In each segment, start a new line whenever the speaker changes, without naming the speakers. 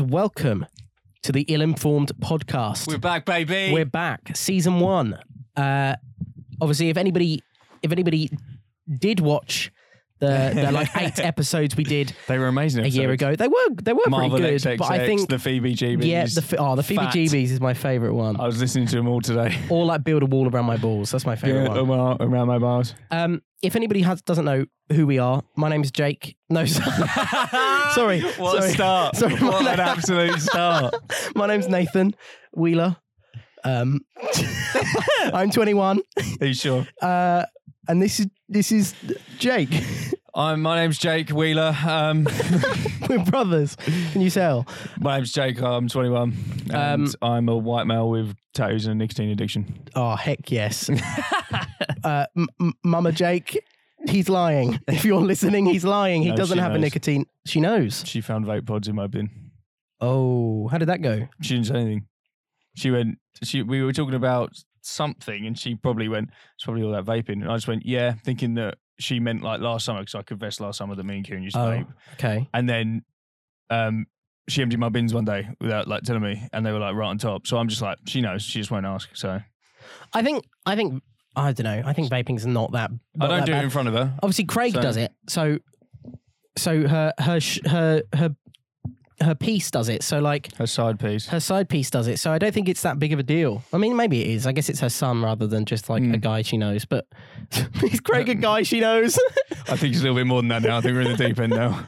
welcome to the Ill Informed Podcast.
We're back, baby.
We're back, season one. Uh, obviously, if anybody, if anybody did watch the, the like eight episodes we did
they were amazing.
a year ago, they were they were
Marvel
pretty good.
XXX,
but I think
the Phoebe GBs.
yeah, the fi- oh the
Fat.
Phoebe is my favorite one.
I was listening to them all today.
Or like build a wall around my balls. That's my favorite
Yeah, um,
one.
around, around my bars.
Um, if anybody has, doesn't know who we are, my name's Jake. No, sorry. sorry.
What a
sorry.
start.
Sorry,
what
my-
an absolute start.
My name's Nathan Wheeler. Um, I'm 21,
Are you sure?
uh, and this is this is Jake.
I'm, Um, my name's Jake Wheeler. Um,
We're brothers. Can you tell?
my name's Jake. I'm 21. And
Um,
I'm a white male with tattoos and a nicotine addiction.
Oh heck yes. uh, m- m- Mama Jake, he's lying. If you're listening, he's lying. He
No,
doesn't
she
have a
knows.
nicotine. She knows.
She found vape pods in my bin.
Oh, how did that go?
She didn't say anything. She went, she, we were talking about something and she probably went, it's probably all that vaping. And I just went, yeah, thinking that she meant like last summer because I confessed last summer that me and Kieran used to
Oh,
vape.
okay.
And then um, she emptied my bins one day without like telling me, and they were like right on top. So I'm just like, she knows, she just won't ask. So
I think I think I don't know. I think vaping's not that. not
I don't
that
do
bad.
it in front of her.
Obviously, Craig
So-
does it. So, so her her sh- her her her piece does it. So like
Her side piece.
her side piece does it. So I don't think it's that big of a deal. I mean, maybe it is. I guess it's her son rather than just like a
Mm.
guy she knows. But is Craig a guy she knows?
I think it's a little bit more than that now. I think we're in the deep end now.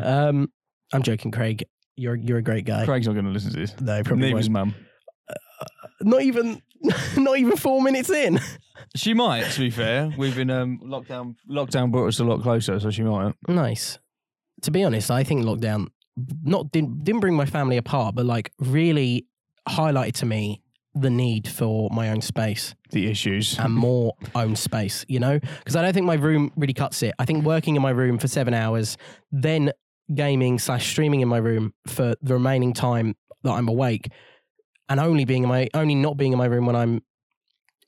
um, I'm joking, Craig. You're you're a great guy.
Craig's not going to listen to this.
No, probably
Neither's
won't.
mum.
not even not even four minutes in.
She might, to be fair. We've been um, lockdown. Lockdown brought us a lot closer, so she might.
Nice. To be honest, I think lockdown not didn't, didn't bring my family apart, but like really highlighted to me the need for my own space
The issues.
and more own space, you know? Because I don't think my room really cuts it. I think working in my room for seven hours, then gaming slash streaming in my room for the remaining time that I'm awake, and only being in my only not being in my room when I'm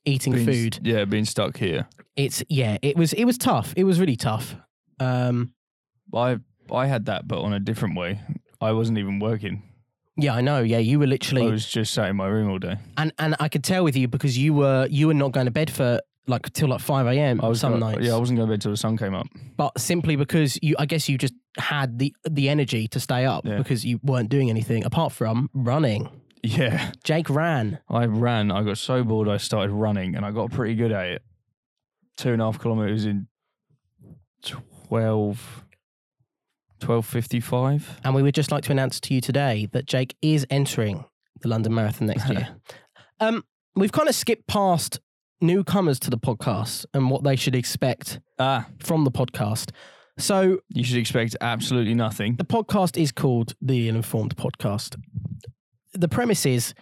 eating
Being-
food
Yeah, being stuck here.
it's yeah it was it was tough it was really tough um
I I had that, but on a different way. I wasn't even working.
yeah i know yeah you were literally
I was just sat in my room all day.
and and I could tell with you because you were you were not going to bed for like till like five a.m.
I was
some
go-
nights.
Yeah, I wasn't going to bed till the sun came up.
But simply because you, I guess you just had the the energy to stay up
Yeah.
because you weren't doing anything apart from running.
Yeah.
Jake ran.
I ran. I got so bored. I started running, and I got pretty good at it. Two and a half kilometers in 12, 12.55.
And we would just like to announce to you today that Jake is entering the London Marathon next year. um, we've kind of skipped past newcomers to the podcast and what they should expect
Ah,
from the podcast. So
you should expect absolutely nothing.
The podcast is called the Ill Informed Podcast. The premise is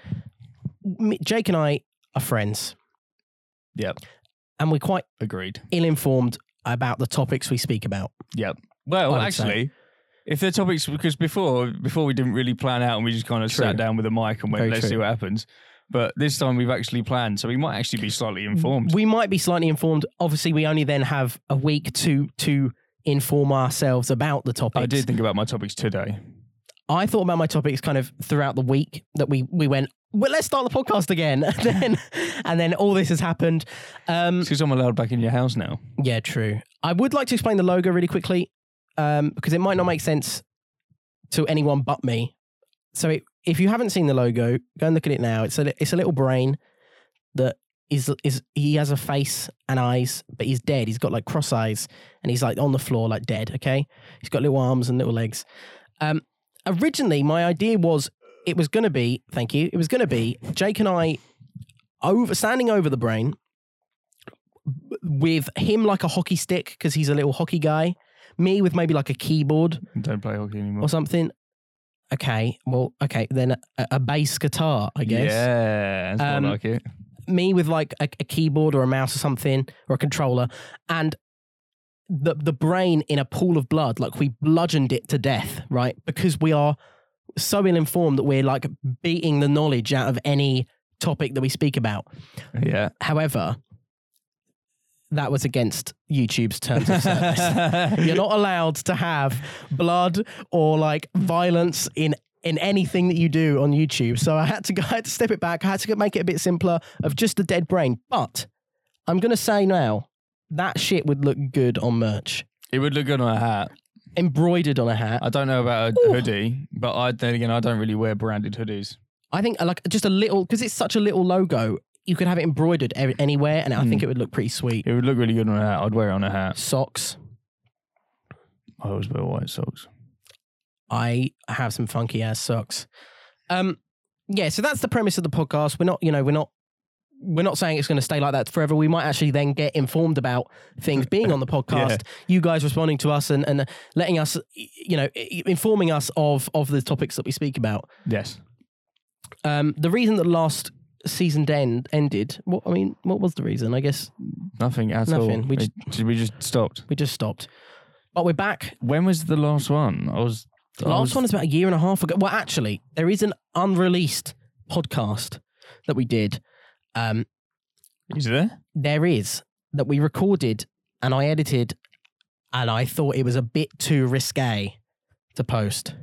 m- Jake and I are friends.
Yep.
And we're quite
Agreed.
ill informed about the topics we speak about.
Well,
I would
actually, if the topics, because before before we didn't really plan out, and we just kind of
True.
sat down with a mic and went,
Very
let's
true.
see what happens. But this time we've actually planned, so we might actually be slightly informed.
We might be slightly informed. Obviously, we only then have a week to to inform ourselves about the topics.
I did think about my topics today.
Mm. I thought about my topics kind of throughout the week that we we went. Well, let's start the podcast again, and then and then all this has happened. Um,
Because I'm allowed back in your house now.
Yeah, true. I would like to explain the logo really quickly um, because it might not make sense to anyone but me. So, it, if you haven't seen the logo, go and look at it now. It's a li- it's a little brain that is is he has a face and eyes, but he's dead. He's got like cross eyes and he's like on the floor like dead. Okay, he's got little arms and little legs. Um, originally, my idea was it was going to be thank you. It was going to be Jake and I over standing over the brain with him like a hockey stick because he's a little hockey guy. Me with maybe like a keyboard
Don't play hockey anymore.
or something. Okay, well, okay, then a, a bass guitar, I guess.
Yeah, that's more
Um,
like it.
Me with like a, a keyboard or a mouse or something or a controller, and the the brain in a pool of blood, like we bludgeoned it to death, right? Because we are so ill informed that we're like beating the knowledge out of any topic that we speak about.
Yeah.
However, that was against YouTube's terms of service. You're not allowed to have blood or like violence in in anything that you do on YouTube. So I had to go, I had to step it back. I had to make it a bit simpler of just the dead brain. But I'm gonna say now that shit would look good on merch,
It would look good on a hat.
embroidered on a hat.
I don't know about a
Ooh.
hoodie, but I then again I don't really wear branded hoodies.
I think uh, like just a little because it's such a little logo. You could have it embroidered ev- anywhere, and I think it would look pretty sweet.
It would look really good on a hat. I'd wear it on a hat.
Socks.
I always wear white socks.
I have some funky ass socks. Um, yeah, so that's the premise of the podcast. We're not, you know, we're not, we're not saying it's going to stay like that forever. We might actually then get informed about things being on the podcast. You guys responding to us and and letting us, you know, i- informing us of of the topics that we speak about.
Yes.
Um, the reason that last season end ended. What I mean, what was the reason? I guess
Nothing at
Nothing.
all.
We
We just, we just stopped.
we just stopped. But we're back.
When was the last one? I was I
Last
was-
one is about a year and a half ago. Well, actually, there is an unreleased podcast that we did. Um,
Is it there?
there is that we recorded and I edited, and I thought it was a bit too risque to post.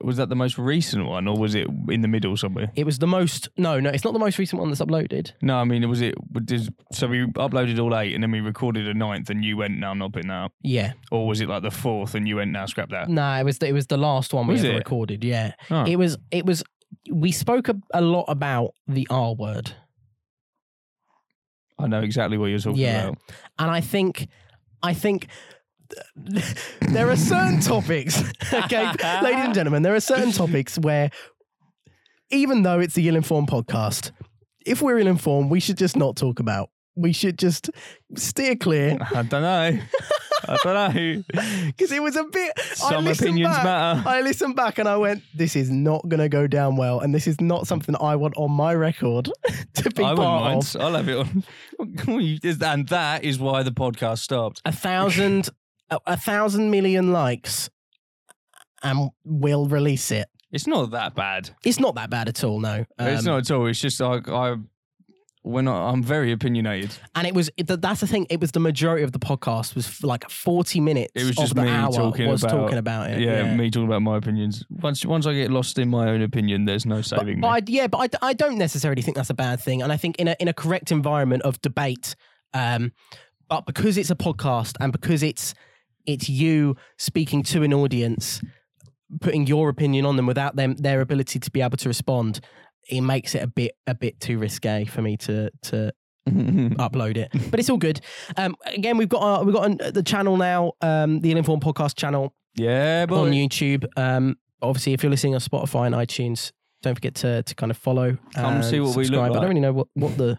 Was that the most recent one, or was it in the middle somewhere?
It was the most no, no, it's not the most recent one that's uploaded.
No, I mean, was it? Did, so we uploaded all eight, and then we recorded a ninth, and you went, "No, I'm not putting that up."
Yeah,
Or was it like the fourth, and you went, "No, scrap that."
no, it was the, it was the last one we
Was
ever
it?
recorded. Yeah,
Oh.
it was it was. We spoke a, a lot about the R word.
I know exactly what you're talking
Yeah.
about.
and I think, I think th- there are certain topics, okay, ladies and gentlemen, there are certain topics where, even though it's the ill-informed podcast, if we're ill-informed, we should just not talk about. We should just steer clear
I don't know. I don't know.
because it was a bit. I
Some
listened
opinions
back,
matter.
I listened back and I went, "This is not going to go down well, and this is not something I want on my record to be
I
part
wouldn't mind.
of."
I'll have it on. and that is why the podcast stopped.
a thousand a, a thousand million likes and we'll release it
It's not that bad.
it's not that bad at all no
it's
Um,
not at all. It's just like I, when I, I'm very opinionated.
and it was it, that's the thing it was the majority of the podcast was f- like 40 minutes
It was
of
just
the
me
hour
talking
was
about-
talking about it
yeah, me talking about my opinions. Once once I get lost in my own opinion, there's no saving
but
me.
I, yeah but I d- I, don't necessarily think that's a bad thing and i think in a in a correct environment of debate um but because it's a podcast and because it's it's you speaking to an audience putting your opinion on them without them their ability to be able to respond it makes it a bit a bit too risque for me to to upload it but it's all good um again we've got our, we've got an, the channel now um the ill-informed podcast channel
yeah, but
on YouTube. Um, obviously, if you're listening on Spotify and iTunes, don't forget to to kind of follow.
Come
and
see what we look
subscribe. I
like.
don't really know what, what the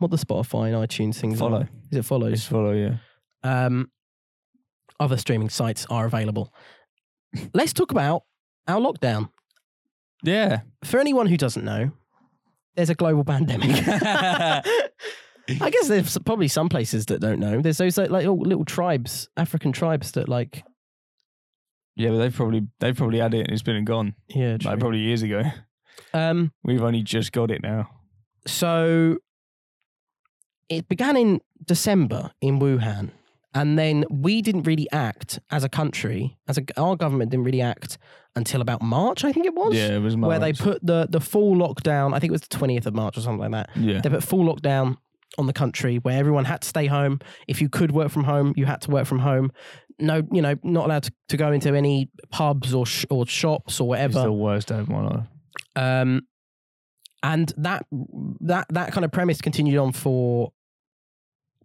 what the Spotify and iTunes things are.
follow.
Is it follows?
Just follow. Yeah.
Um, other streaming sites are available. Let's talk about our lockdown.
Yeah.
For anyone who doesn't know, there's a global pandemic. I guess there's probably some places that don't know. There's those like, like little, little tribes, African tribes that like
Yeah, but they've probably they've probably had it and it's been and gone.
yeah.
Like
true.
probably years ago.
um,
We've only just got it now.
So it began in December in Wuhan, and then we didn't really act as a country, as a, our government didn't really act until about March, I think it was,
Yeah, it was
where they
moments.
put the the full lockdown. I think it was the twentieth of March or something like that.
Yeah.
They put full lockdown on the country where everyone had to stay home. If you could work from home, you had to work from home. No, you know, not allowed to, to go into any pubs or sh- or shops or
It's
whatever.
the worst day of my life.
Um, and that that that kind of premise continued on for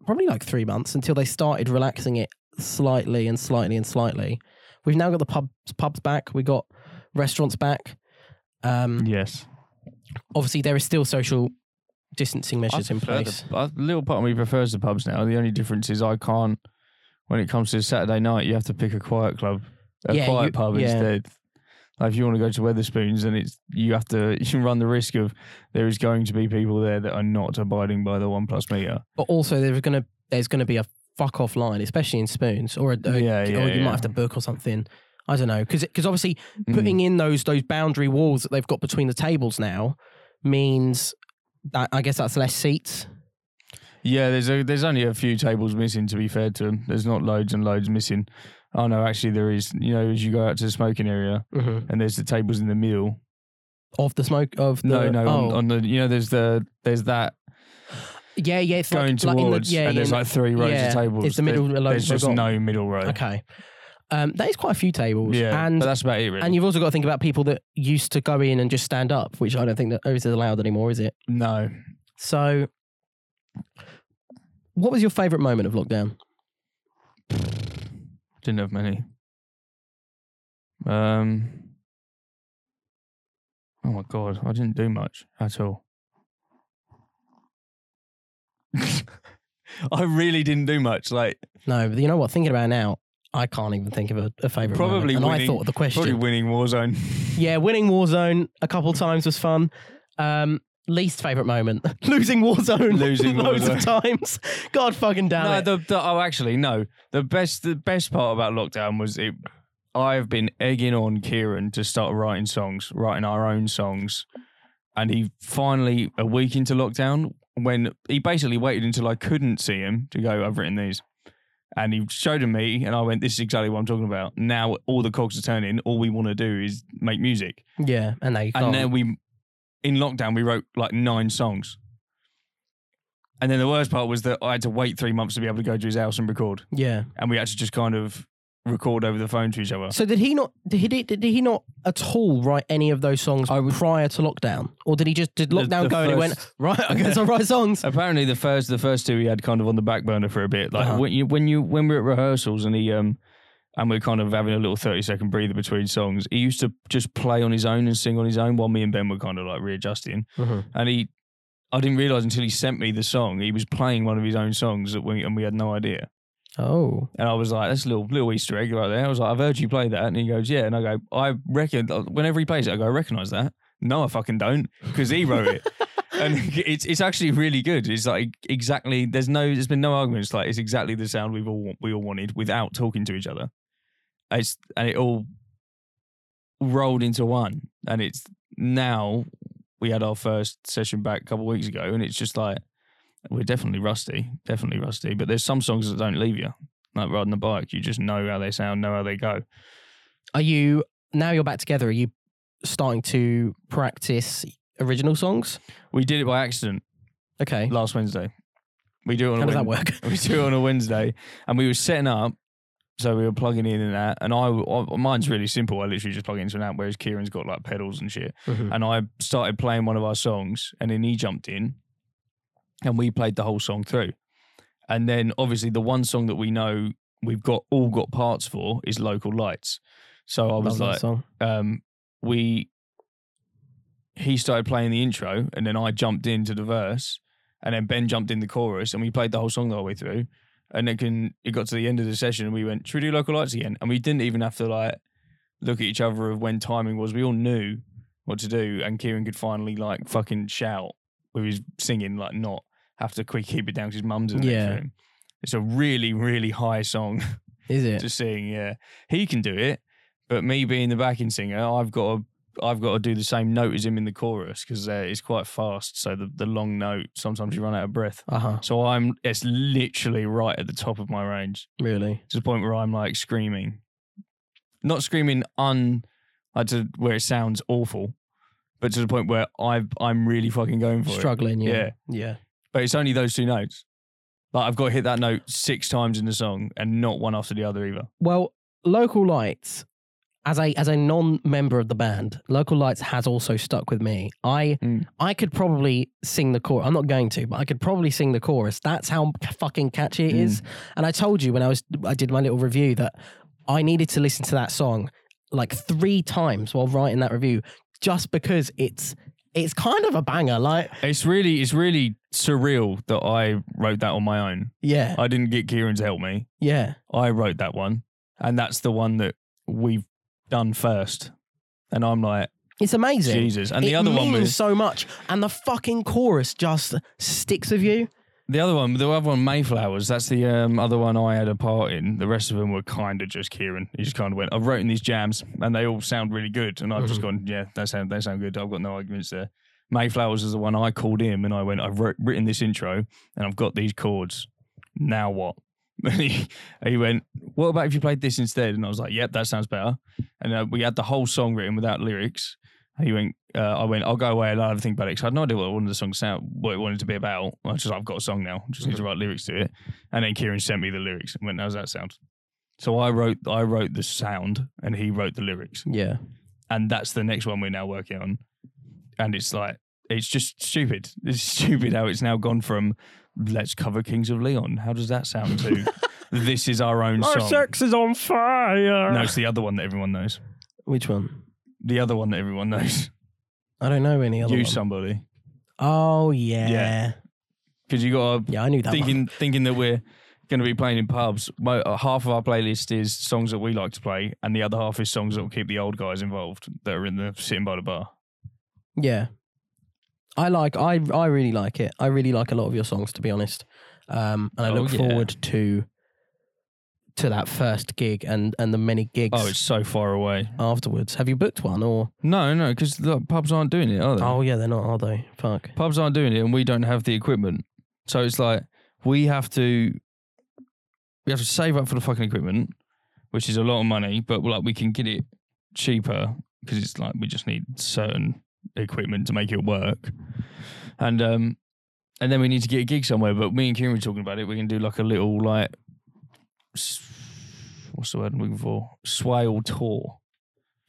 probably like three months until they started relaxing it slightly and slightly and slightly. We've now got the pubs pubs back. We got restaurants back. Um,
Yes.
obviously there is still social distancing measures in place.
The, a little part of me prefers the pubs now. The only difference is I can't. When it comes to Saturday night, you have to pick a quiet club, a
Yeah,
quiet
you-
pub
yeah.
instead. Like if you want to go to Weatherspoons, then it's you have to you can run the risk of there is going to be people there that are not abiding by the one plus meter.
But also there's gonna there's gonna be a fuck off line, especially in spoons, or a, a-
Yeah,
Oh, or
yeah,
you
yeah.
might have to book or something. I don't know because because obviously
Mm.
putting in those those boundary walls that they've got between the tables now means that I guess that's less seats.
Yeah, there's a, there's only a few tables missing. To be fair to them, there's not loads and loads missing. oh no, actually there is. You know, as you go out to the smoking area
hmm
and there's the tables in the middle.
Of the smoke of the
No, no,
oh.
on, on the you know, there's the there's that
yeah yeah it's
going
like, like in the,
towards,
yeah, yeah,
and there's
in-
like three rows
yeah,
of tables.
it's the middle
There's,
row
there's just
got-
no middle row.
okay um, that is quite a few tables
Yeah,
and
but that's about it. Really.
and you've also got to think about people that used to go in and just stand up which I don't think that is allowed anymore is it
no,
so what was your favourite moment of lockdown
didn't have many. Um. Oh my god, I didn't do much at all. I really didn't do much. Like
no but you know what thinking about it now I can't even think of a, a favourite moment.
Probably
and I
winning-
thought of the question
probably winning Warzone.
Yeah, winning Warzone a couple times was fun. Um, least favorite moment, losing Warzone,
Losing
loads of times. God fucking damn
no,
it!
the, the, oh, actually, no. The best, the best part about lockdown was it. I have been egging on Kieran to start writing songs, writing our own songs, and he finally, a week into lockdown, when he basically waited until I couldn't see him to go, I've written these, and he showed them me, and I went, "This is exactly what I'm talking about." Now all the cogs are turning. All we want to do is make music,
yeah, and now you
and
can't.
then we, in lockdown, we wrote like nine songs. And then the worst part was that I had to wait three months to be able to go to his house and record.
yeah.
And we had to just kind of record over the phone to each other.
So did he not? Did he did, did he not at all write any of those songs prior to lockdown, or did he just did
The-
lockdown
the
go and he went
first- Um,
right? I guess I write songs.
Apparently, the first the first two he had kind of on the back burner for a bit. Like
Uh-huh.
when you when you when we were at rehearsals and he um and we are kind of having a little thirty second breather between songs. He used to just play on his own and sing on his own while me and Ben were kind of like readjusting.
Mm-hmm.
And he, I didn't realize until he sent me the song he was playing one of his own songs that we and we had no idea.
Oh,
And I was like, that's a little little Easter egg right there. I was like, I've heard you play that. And he goes, yeah. And I go, I reckon, whenever he plays it, I go, I recognize that. No, I fucking don't, because he wrote it. and it's it's actually really good. It's like exactly, there's no, there's been no arguments. Like, it's exactly the sound we've all, we all wanted without talking to each other. It's, and it all rolled into one. And it's now, we had our first session back a couple of weeks ago, and it's just like, we're definitely rusty, definitely rusty. But there's some songs that don't leave you like riding the bike. You just know how they sound, know how they go.
are you now you're back together? Are you starting to practice original songs?
We did it by accident
Okay,
last Wednesday. We do it on
how
a
does that
Wed-
work?
We do it on a Wednesday, and we were setting up. So we were plugging in and that, and I, I mine's really simple. I literally just plug it into an app, whereas Kieran's got like pedals and shit.
Mhm.
And I started playing one of our songs, and then he jumped in, and we played the whole song through. And then obviously the one song that we know we've got all got parts for is Local Lights. So I
Love
was
that
like,
song.
um, we he started playing the intro and then I jumped into the verse and then Ben jumped in the chorus and we played the whole song the whole way through. And it can it got to the end of the session and we went, Should we do local lights again? And we didn't even have to like look at each other of when timing was. We all knew what to do and Kieran could finally like fucking shout with his singing, like not have to quick keep it down 'cause his mum's in the
Yeah.
next room. It's a really, really high song
Is it?
to sing. Yeah, he can do it, but me being the backing singer, I've got to. I've got to do the same note as him in the chorus because uh, it's quite fast. So the, the long note, sometimes you run out of breath.
Uh huh.
So I'm, it's literally right at the top of my range
Really?
to the point where I'm like screaming. Not screaming un, like to where it sounds awful, but to the point where I've, I'm really fucking going for it.
Struggling. Yeah. Yeah.
But it's only those two notes. Like I've got to hit that note six times in the song and not one after the other either.
Well, Local Lights, as a as a non member of the band, Local Lights has also stuck with me. I
Mm.
I could probably sing the chorus. I'm not going to, but I could probably sing the chorus. That's how fucking catchy it
Mm.
is. And I told you when I was I did my little review that I needed to listen to that song like three times while writing that review, just because it's it's kind of a banger. Like,
It's really, it's really surreal that I wrote that on my own.
yeah,
I didn't get Kieran to help me.
yeah.
I wrote that one, and that's the one that we've done first. And I'm like,
It's amazing.
Jesus. And
It
the other one
means
was
so much, and the fucking chorus just sticks with you.
the other one, the other one, Mayflowers. That's the um, other one I had a part in. The rest of them were kind of just Kieran. He just kind of went, I've written these jams, and they all sound really good. And I've just
Mhm.
gone, yeah, that sound they sound good. I've got no arguments there. Mayflowers is the one I called him, and I went, I've wrote, written this intro, and I've got these chords. Now what? And he, and he went, What about if you played this instead? And I was like, Yep, that sounds better. And uh, we had the whole song written without lyrics. And he went, uh, I went, I'll go away and I'll have a think about it. Because I had no idea what one of the songs sound, what it wanted to be about. I was just, I've got a song now. Just need to write lyrics to it. And then Kieran sent me the lyrics and went, How's that sound? So I wrote, I wrote the sound and he wrote the lyrics
Yeah.
and that's the next one we're now working on. And it's like it's just stupid. It's stupid how it's now gone from let's cover Kings of Leon. How does that sound to this is our
Oh,
own song?
is on fire.
No, it's the other one that everyone knows.
Which one?
The other one that everyone knows.
I don't know any other
you
one.
somebody
Oh yeah. yeah.
Yeah. because you got to
I knew that
thinking
one.
thinking that we're going to be playing in pubs. My, uh, half of our playlist is songs that we like to play, and the other half is songs that will keep the old guys involved that are in the sitting by the bar.
Yeah. I like I I really like it. I really like a lot of your songs to be honest. Um and I
Oh,
look
yeah.
forward to to that first gig and and the many gigs
Oh, it's so far away.
afterwards. Have you booked one or
No, no, because the pubs aren't doing it, are they?
Oh yeah, they're not, are they? Fuck.
pubs aren't doing it and we don't have the equipment. So it's like we have to we have to save up for the fucking equipment, which is a lot of money, but like we can get it cheaper because it's like we just need certain equipment to make it work. And um and then we need to get a gig somewhere, but me and Kieran were talking about it. We can do like a little like s- what's the word I'm looking for? Swale tour.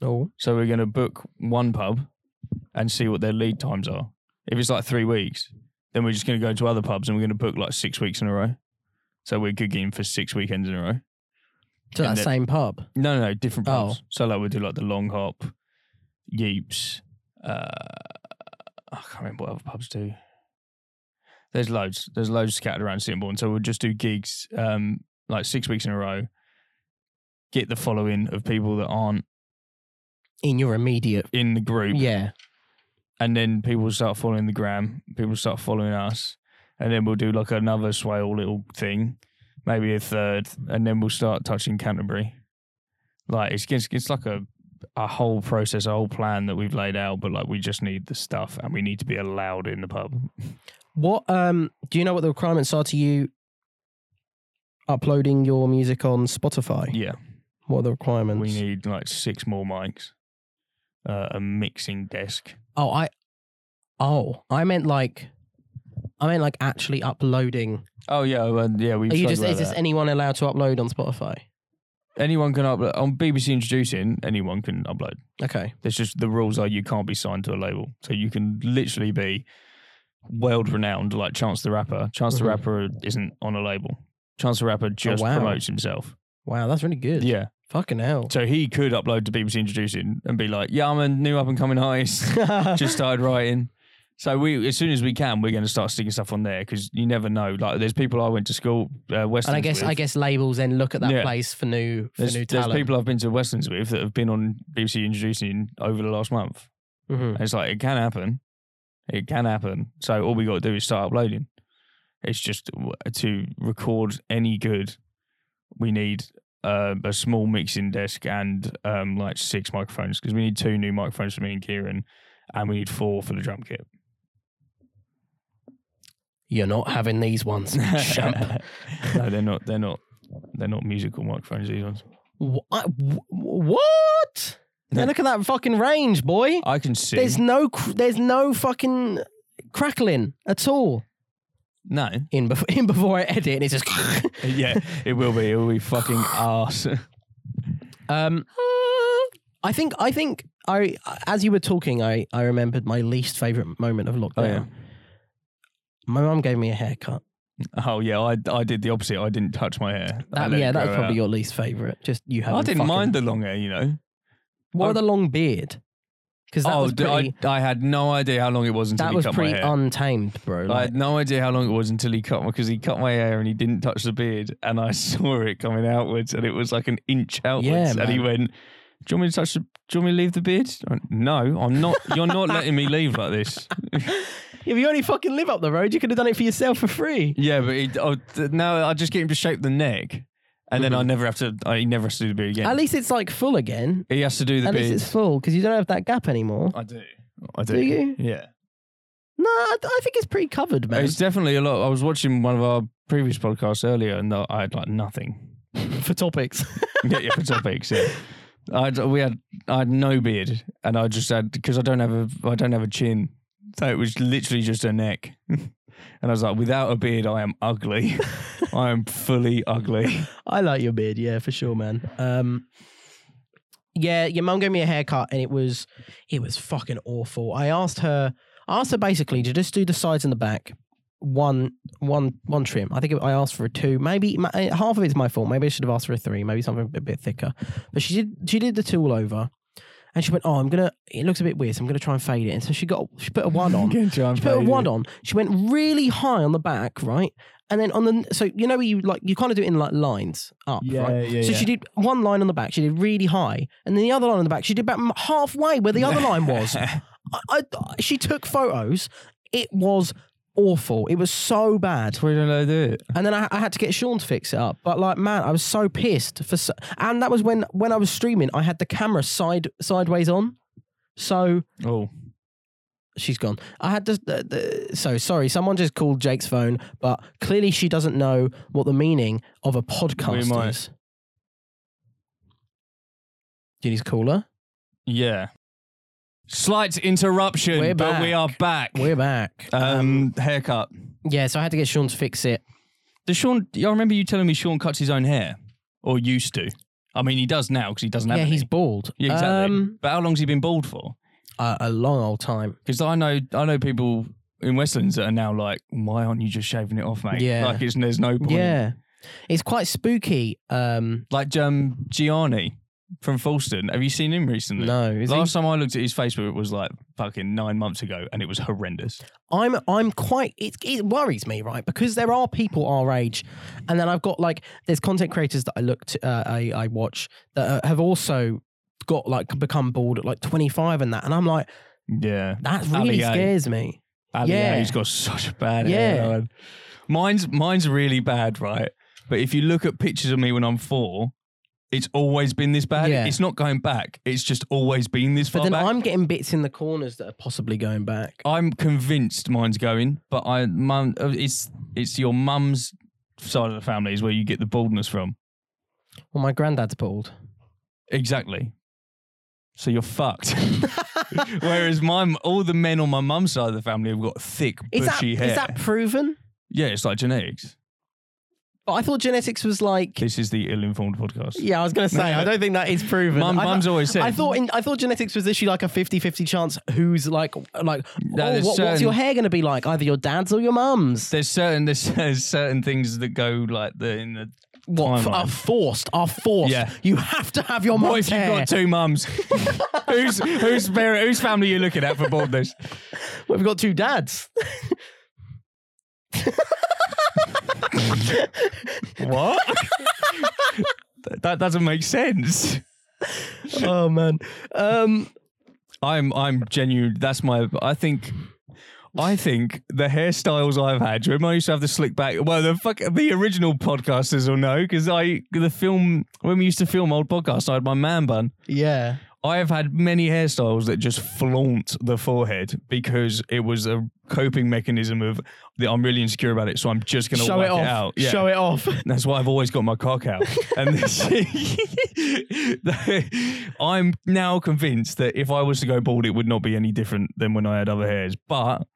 Oh.
So we're going to book one pub and see what their lead times are. If it's like three weeks, then we're just going to go to other pubs and we're going to book like six weeks in a row. So we're gigging for six weekends in a row.
To that
And then-
same pub.
No, no, no different
Oh.
pubs. So like we'll do like the Long Hop, Yeeps. Uh, I can't remember what other pubs do. There's loads. There's loads scattered around Sittingbourne. So we'll just do gigs um, like six weeks in a row. Get the following of people that aren't
In your immediate
in the group.
Yeah.
and then people start following the gram. People start following us, and then we'll do like another swale little thing, maybe a third, and then we'll start touching Canterbury. Like it's it's, it's like a a whole process, a whole plan that we've laid out, but like we just need the stuff, and we need to be allowed in the pub.
What um do you know what the requirements are to you uploading your music on Spotify?
Yeah,
What are the requirements?
we need like six more mics, uh, a mixing desk.
Oh, I Oh, I meant like I meant like actually uploading.
Oh yeah, well, yeah. We
Are you just is just anyone allowed to upload on Spotify?
anyone can upload on BBC Introducing. Anyone can upload.
Okay.
There's just the rules are you can't be signed to a label. So you can literally be world renowned like Chance the Rapper. Chance
Mhm.
the Rapper isn't on a label. Chance the Rapper just
Oh, wow.
promotes himself.
Wow, that's really good.
Yeah.
Fucking hell.
So he could upload to BBC Introducing and be like, yeah, I'm a new up and coming artist. just started writing. So we, as soon as we can, we're going to start sticking stuff on there because you never know. Like, there's people I went to school, uh, Westlands
and I guess
with.
I guess labels then look at that
Yeah.
place for new for
there's,
new
there's
talent.
people I've been to Westlands with that have been on BBC Introducing over the last month.
Mhm.
And It's like it can happen. It can happen. So all we got to do is start uploading. It's just w- to record any good, we need uh, a small mixing desk and um, like six microphones because we need two new microphones for me and Kieran, and we need four for the drum kit.
You're not having these ones. Champ.
no, they're not. They're not. They're not musical microphones. These ones.
Wha- wh- What? Now look at that fucking range, boy.
I can sing.
There's no cr- there's no fucking crackling at all
no.
in before in before I edit and it's just
Yeah, it will be. It will be fucking arse. Oh,
Um, I think I think I as you were talking, I I remembered my least favorite moment of lockdown.
Oh, yeah.
My mum gave me a haircut.
Oh yeah, I, I did the opposite. I didn't touch my hair. I
That,
let it
Um, yeah, that's
grow
probably
out.
your least favorite. Just you having.
I didn't
fucking-
mind the long hair, you know.
What about the long beard? Because that
oh,
was
d-
pretty.
I, I had no idea how long it was until
that
he
was
cut
pretty
my hair.
untamed, bro.
I
Like,
had no idea how long it was until he cut my because he cut my hair and he didn't touch the beard, and I saw it coming outwards, and it was like an inch outwards,
Yeah,
and he
man.
went. Do you want me to touch the? Do you want me to leave the beard? I went, No, I'm not. You're not letting me leave like this.
if you only fucking live up the road, you could have done it for yourself for free.
Yeah, but he, oh, th- now I just get him to shape the neck, and then I never have to. I he never has to do the beard again.
At least it's like full again.
he has to do the
At
beard.
least it's full because you don't have that gap anymore.
I do. I do.
Do you?
Yeah.
No, I, I think it's pretty covered, man.
It's definitely a lot. I was watching one of our previous podcasts earlier, and uh, I had like nothing.
for topics.
yeah, yeah, for topics. Yeah. I we had I had no beard, and I just had because I don't have a I don't have a chin, so it was literally just a neck. and I was like, without a beard, I am ugly. I am fully ugly.
I like your beard, yeah, for sure, man. Um, yeah, your mum gave me a haircut, and it was it was fucking awful. I asked her, I asked her basically to just do the sides and the back, one one one trim. I think I asked for a two, maybe ma- eh, half of it's my fault. Maybe I should have asked for a three, maybe something a bit, bit thicker. But she did she did the two all over, and she went, oh, I'm gonna. It looks a bit weird, so I'm gonna try and fade it. And so she got she put a one on.
Again, John
She put a
Faded.
wad on. She went really high on the back, right? And then on the so you know where you like you kind of do it in like lines up,
Yeah,
right?
yeah,
so she
yeah.
did one line on the back. She did really high, and then the other line on the back. She did about m- halfway where the other line was. I, I, she took photos. It was awful. It was so bad.
That's why you don't let her do it.
And then I, I had to get Sean to fix it up. But like, man, I was so pissed for. So, and that was when when I was streaming. I had the camera side sideways on, so
Oh,
she's gone. I had to. Uh, the, so sorry, someone just called Jake's phone, but clearly she doesn't know what the meaning of a
We
podcast
might.
is. Do you need to call her?
yeah. Slight interruption,
We're
but we are
back.
back.
We're back.
um, haircut.
yeah, so I had to get Sean to fix it.
Does Sean? I remember you telling me Sean cuts his own hair, or used to. I mean, he does now because he doesn't have.
Yeah,
any.
he's bald.
yeah, exactly.
Um,
but how long's he been bald for?
a, a long old time.
Because I know I know people in Westlands that are now like, why aren't you just shaving it off, mate?
Yeah.
Like it's there's no point.
Yeah, it's quite spooky. Um,
Like um Gianni from Falston. Have you seen him recently?
no, is he?
Mm. Last time I looked at his Facebook, it was like fucking nine months ago, and it was horrendous.
I'm I'm quite it, it worries me right because there are people our age, and then I've got like there's content creators that I look to uh, I I watch that uh, have also got like become bored at like 25 and that, and I'm like
Yeah,
that really
Ali A.
scares me.
Ali
Yeah.
A's got such a bad
Yeah.
hairline. Mine's mine's really bad, right? But if you look at pictures of me when I'm four, it's always been this bad.
Yeah.
It's not going back. It's just always been this
But
far
then
back.
I'm getting bits in the corners that are possibly going back.
I'm convinced mine's going, but I mum, uh, it's it's your mum's side of the family is where you get the baldness from.
Well, my granddad's bald.
Exactly. So you're fucked. Whereas my all the men on my mum's side of the family have got thick,
Is that
bushy
is
hair.
that proven?
yeah, it's like genetics.
But I thought genetics was like
This is the ill-informed podcast.
yeah, I was gonna say I don't think that is proven.
Mum,
I-
mum's always said.
I thought in, I thought genetics was literally like a 50-50 chance who's like like
No,
oh,
there's
what, what's
certain-
your hair going to be like either your dad's or your mum's
there's certain there's, there's certain things that go like the in the.
what f-
timeline.
are forced are forced
Yeah.
you have to have your
What
mum's
if you've
hair
got two mums? who's who's parent, whose family are you looking at for baldness?
what if you've got two dads
What? that doesn't make sense.
oh man um
I'm I'm genuine. That's my. I think. I think the hairstyles I've had. Do you remember I used to have the slick back? Well, the fuck, the original podcasters will know because I the film when we used to film old podcasts, I had my man bun.
yeah
I have had many hairstyles that just flaunt the forehead because it was a coping mechanism of the, I'm really insecure about it, so I'm just gonna
show
whack
it off
out. Yeah.
show it off
That's why I've always got my cock out. And this- I'm now convinced that if I was to go bald, it would not be any different than when I had other hairs. But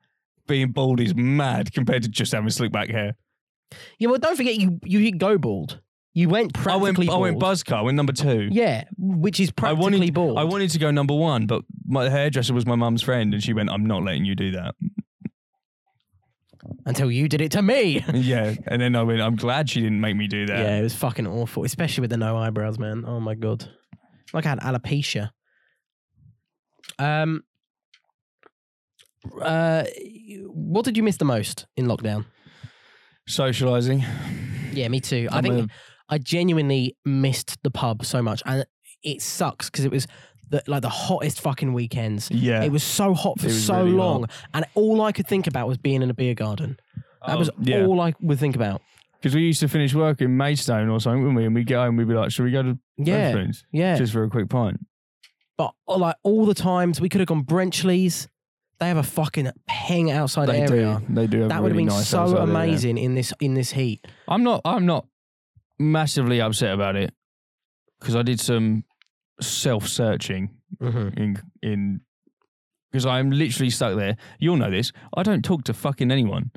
being bald is mad compared to just having slick back hair.
yeah well don't forget you you did go bald you went
I went,
practically
I went
bald
buzz cut. I went number two.
yeah which is
I
practically
wanted,
bald
I wanted to go number one, but my hairdresser was my mum's friend, and she went, "I'm not letting you do that."
until you did it to me
yeah, and then I went, "I'm glad she didn't make me do that."
Yeah, it was fucking awful, especially with the no eyebrows, man. Oh my god, like I had alopecia. Um, uh, what did you miss the most in lockdown?
Socializing.
Yeah, me too. I
I'm
think I genuinely missed the pub so much, and it sucks because it was the, like the hottest fucking weekends.
Yeah,
It was so hot for
It was
so
really
long, and all I could think about was being in a beer garden. That was
Oh, yeah.
all I would think about.
because we used to finish work in Maidstone or something, wouldn't we? And we would go home, we'd be like, "Should we go to
Yeah,
Brentford's
yeah.
just for a quick pint?"
oh, But uh, like all the times we could have gone Brenchley's. They have a fucking peng outside
they
area.
do. They do. Have
That
really
would have been
nice
so
outside area.
amazing in this in this heat.
I'm not. I'm not massively upset about it because I did some self searching in in because I'm literally stuck there. You'll know this. I don't talk to fucking anyone.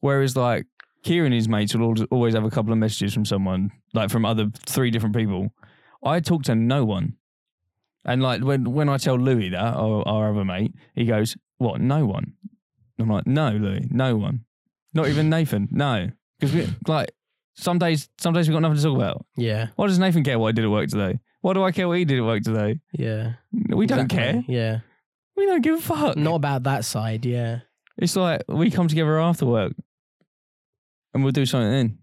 Whereas like Kieran and his mates will al- always have a couple of messages from someone, like from other three different people. I talk to no one. And like when when I tell Louis that, our, our other mate, he goes, "What? No one?" I'm like, "No, Louis, no one. Not even Nathan. No, because we like some days. Some days we've got nothing to talk about.
Yeah,
Why does Nathan care what I did at work today? Why do I care what he did at work today?
yeah.
We don't
Exactly.
care.
Yeah,
We don't give a fuck.
not about that side. Yeah,
It's like we come together after work and we'll do something then.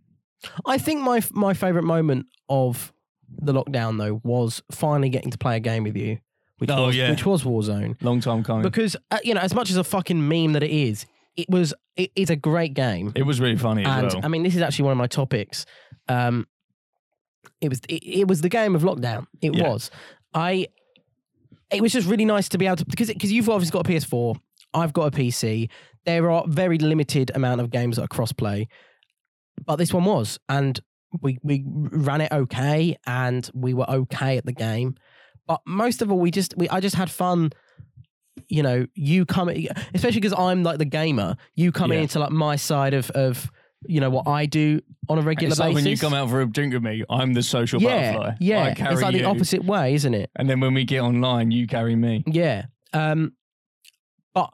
I think my my favorite moment of the lockdown though was finally getting to play a game with you, which
Oh,
was
yeah.
which was Warzone.
Long time coming.
Because uh, you know, as much as a fucking meme that it is, it was it is a great game.
it was really funny
and
as well.
I mean, this is actually one of my topics. Um, it was it, it was the game of lockdown. It
Yeah.
was. I. It was just really nice to be able to because because you've obviously got a PS4. I've got a PC. There are very limited amount of games that are crossplay, but this one was, and we we ran it okay, and we were okay at the game. But most of all, we just we I just had fun. You know, you coming, especially because I'm like the gamer. You coming
Yeah.
into like my side of of you know what I do on a regular
it's like
basis.
when you come out for a drink with me, I'm the social
yeah,
butterfly.
yeah.
I carry
it's like
you.
the opposite way, isn't it?
And then when we get online, you carry me.
Yeah. Um, but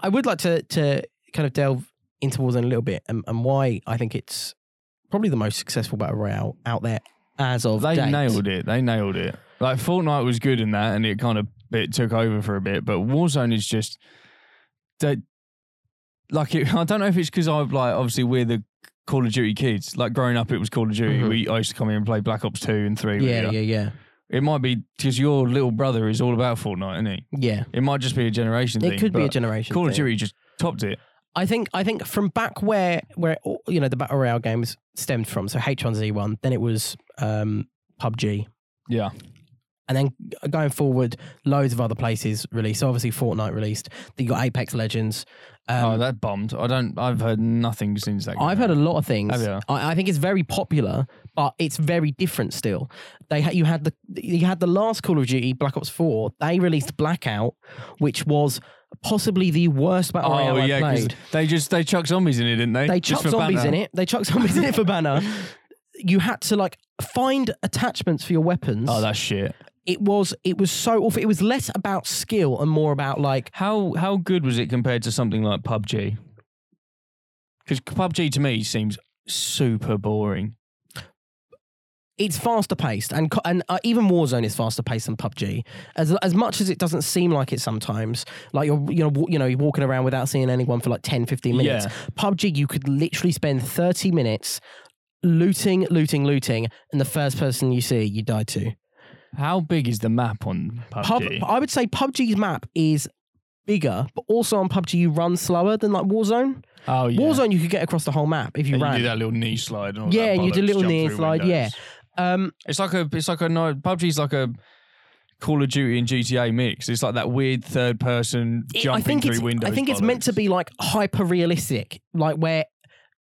I would like to to kind of delve into Warzone a little bit and, and why I think it's probably the most successful battle royale out there as of
They
date.
nailed it. They nailed it. Like Fortnite was good in that and it kind of it took over for a bit, but Warzone is just that like it, I don't know if it's because I've like obviously we're the Call of Duty kids. Like growing up, it was Call of Duty.
Mhm.
We I used to come in and play Black Ops Two and Three. with
Yeah,
you.
yeah, yeah,
It might be because your little brother is all about Fortnite, isn't he?
yeah.
It might just be a generation thing.
It could be a
but
generation.
Call of
thing.
Duty just topped it.
I think I think from back where where all- you know the battle royale games stemmed from. So H1Z1, then it was um, PUBG,
Yeah.
and then going forward, loads of other places released. So obviously Fortnite released. Then you got Apex Legends. Um,
oh, that bombed. I don't. I've heard nothing since that.
I've heard a lot of things.
Have ya?
I, I think it's very popular, but it's very different still. They ha- you had the you had the last Call of Duty Black Ops Four. They released Blackout, which was possibly the worst battle
Oh
royale
yeah,
I've
'cause
played.
they just they chuck zombies in it, didn't they?
They
Just
chucked
for
zombies
banter.
in it. They chucked zombies in it for banner. You had to like find attachments for your weapons.
Oh, that's shit.
it was it was so awful. It was less about skill and more about like
How how good was it compared to something like PUBG? Because PUBG to me seems super boring.
it's faster paced and co- and uh, even Warzone is faster paced than PUBG. As as much as it doesn't seem like it sometimes, like you're you know wa- you know you're walking around without seeing anyone for like 10 15 minutes.
Yeah.
PUBG you could literally spend 30 minutes looting looting looting and the first person you see you die to.
How big is the map on
Pub,
PUBG?
I would say PUBG's map is bigger, but also on PUBG you run slower than like Warzone.
oh yeah.
Warzone you could get across the whole map if you
And you
ran.
do that little knee slide. And all
Yeah,
that
and you do
bollocks,
little
jump
knee
through
slide,
windows.
um
It's like a it's like a no PUBG's like a Call of Duty and GTA mix. It's like that weird third person
it-
jumping
I think
through
it's,
windows.
I think it's meant to
bollocks.
be like hyper realistic, like where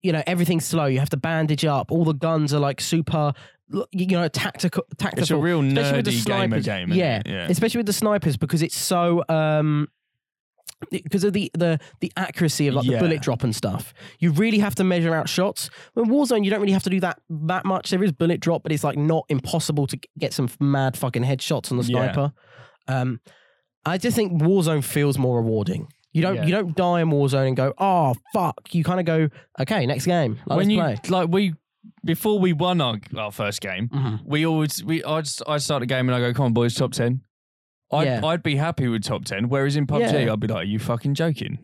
you know everything's slow. You have to bandage up. All the guns are like super, l- you know, tactical. Tactical.
It's a real
especially with the
nerdy gamer
snipers.
game. isn't
yeah,
it? yeah.
especially with the snipers because it's so. um because of the, the the accuracy of like the
Yeah.
bullet drop and stuff, you really have to measure out shots. When Warzone, you don't really have to do that that much. There is bullet drop, but it's like not impossible to g- get some mad fucking headshots on the
Yeah.
sniper. Um, I just think Warzone feels more rewarding. You don't
Yeah.
you don't die in Warzone and go oh fuck. You kind of go okay next game. Like,
when
let's
you
play.
like we before we won our, our first game,
Mhm.
we always we I'd I'd start a game and I go, come on boys, top ten. I'd
Yeah.
I'd be happy with top ten. Whereas in PUBG,
Yeah.
I'd be like, are you fucking joking?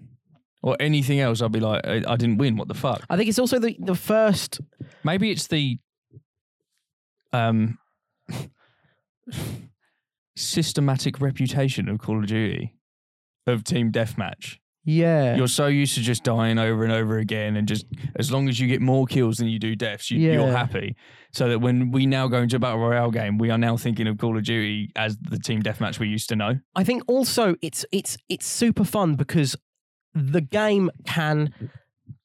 Or anything else, I'd be like, I, I didn't win. What the fuck?
I think it's also the the first.
Maybe it's the um systematic reputation of Call of Duty of team deathmatch.
Yeah.
You're so used to just dying over and over again, and just as long as you get more kills than you do deaths, you, you're
Yeah.
happy. So that when we now go into a battle royale game, we are now thinking of Call of Duty as the team deathmatch we used to know.
I think also it's it's it's super fun because the game can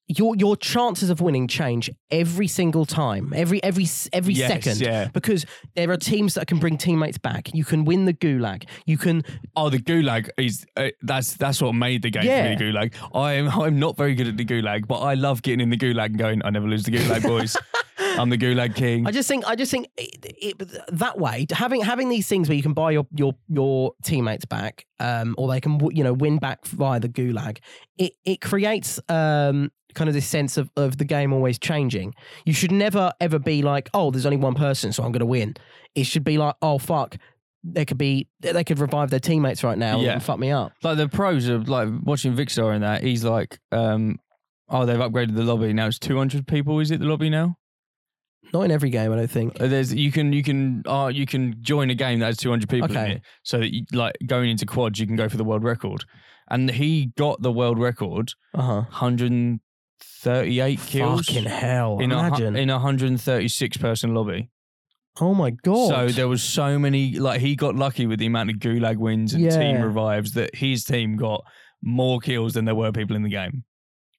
your your chances of winning change every single time, every every s- every
Yes,
second.
yeah.
Because there are teams that can bring teammates back. You can win the gulag. You can
Oh, the gulag is uh, that's that's what made the game
Yeah.
for me. The gulag. I am I'm not very good at the gulag, but I love getting in the gulag and going. I never lose the gulag, boys. I'm the gulag king.
I just think I just think it, it, that way having having these things where you can buy your your your teammates back, um, or they can w- you know win back via the gulag. It it creates um kind of this sense of of the game always changing. You should never ever be like, oh, there's only one person, so I'm going to win. It should be like, oh fuck, they could be they could revive their teammates right now
Yeah.
and fuck me up.
like the pros of like watching Vixar and that. He's like, um, oh, they've upgraded the lobby now. It's 200 people. Is it the lobby now?
Not in every game, I don't think.
Uh, There's you can you can uh, you can join a game that has 200 people in
Okay.
it, so that you, like going into quads, you can go for the world record. And he got the world record,
Uh huh.
138 kills
Fucking hell!
in a,
imagine.
hu- in a 136 person lobby.
oh my god.
So there was so many like he got lucky with the amount of gulag wins and team
Yeah.
revives that his team got more kills than there were people in the game.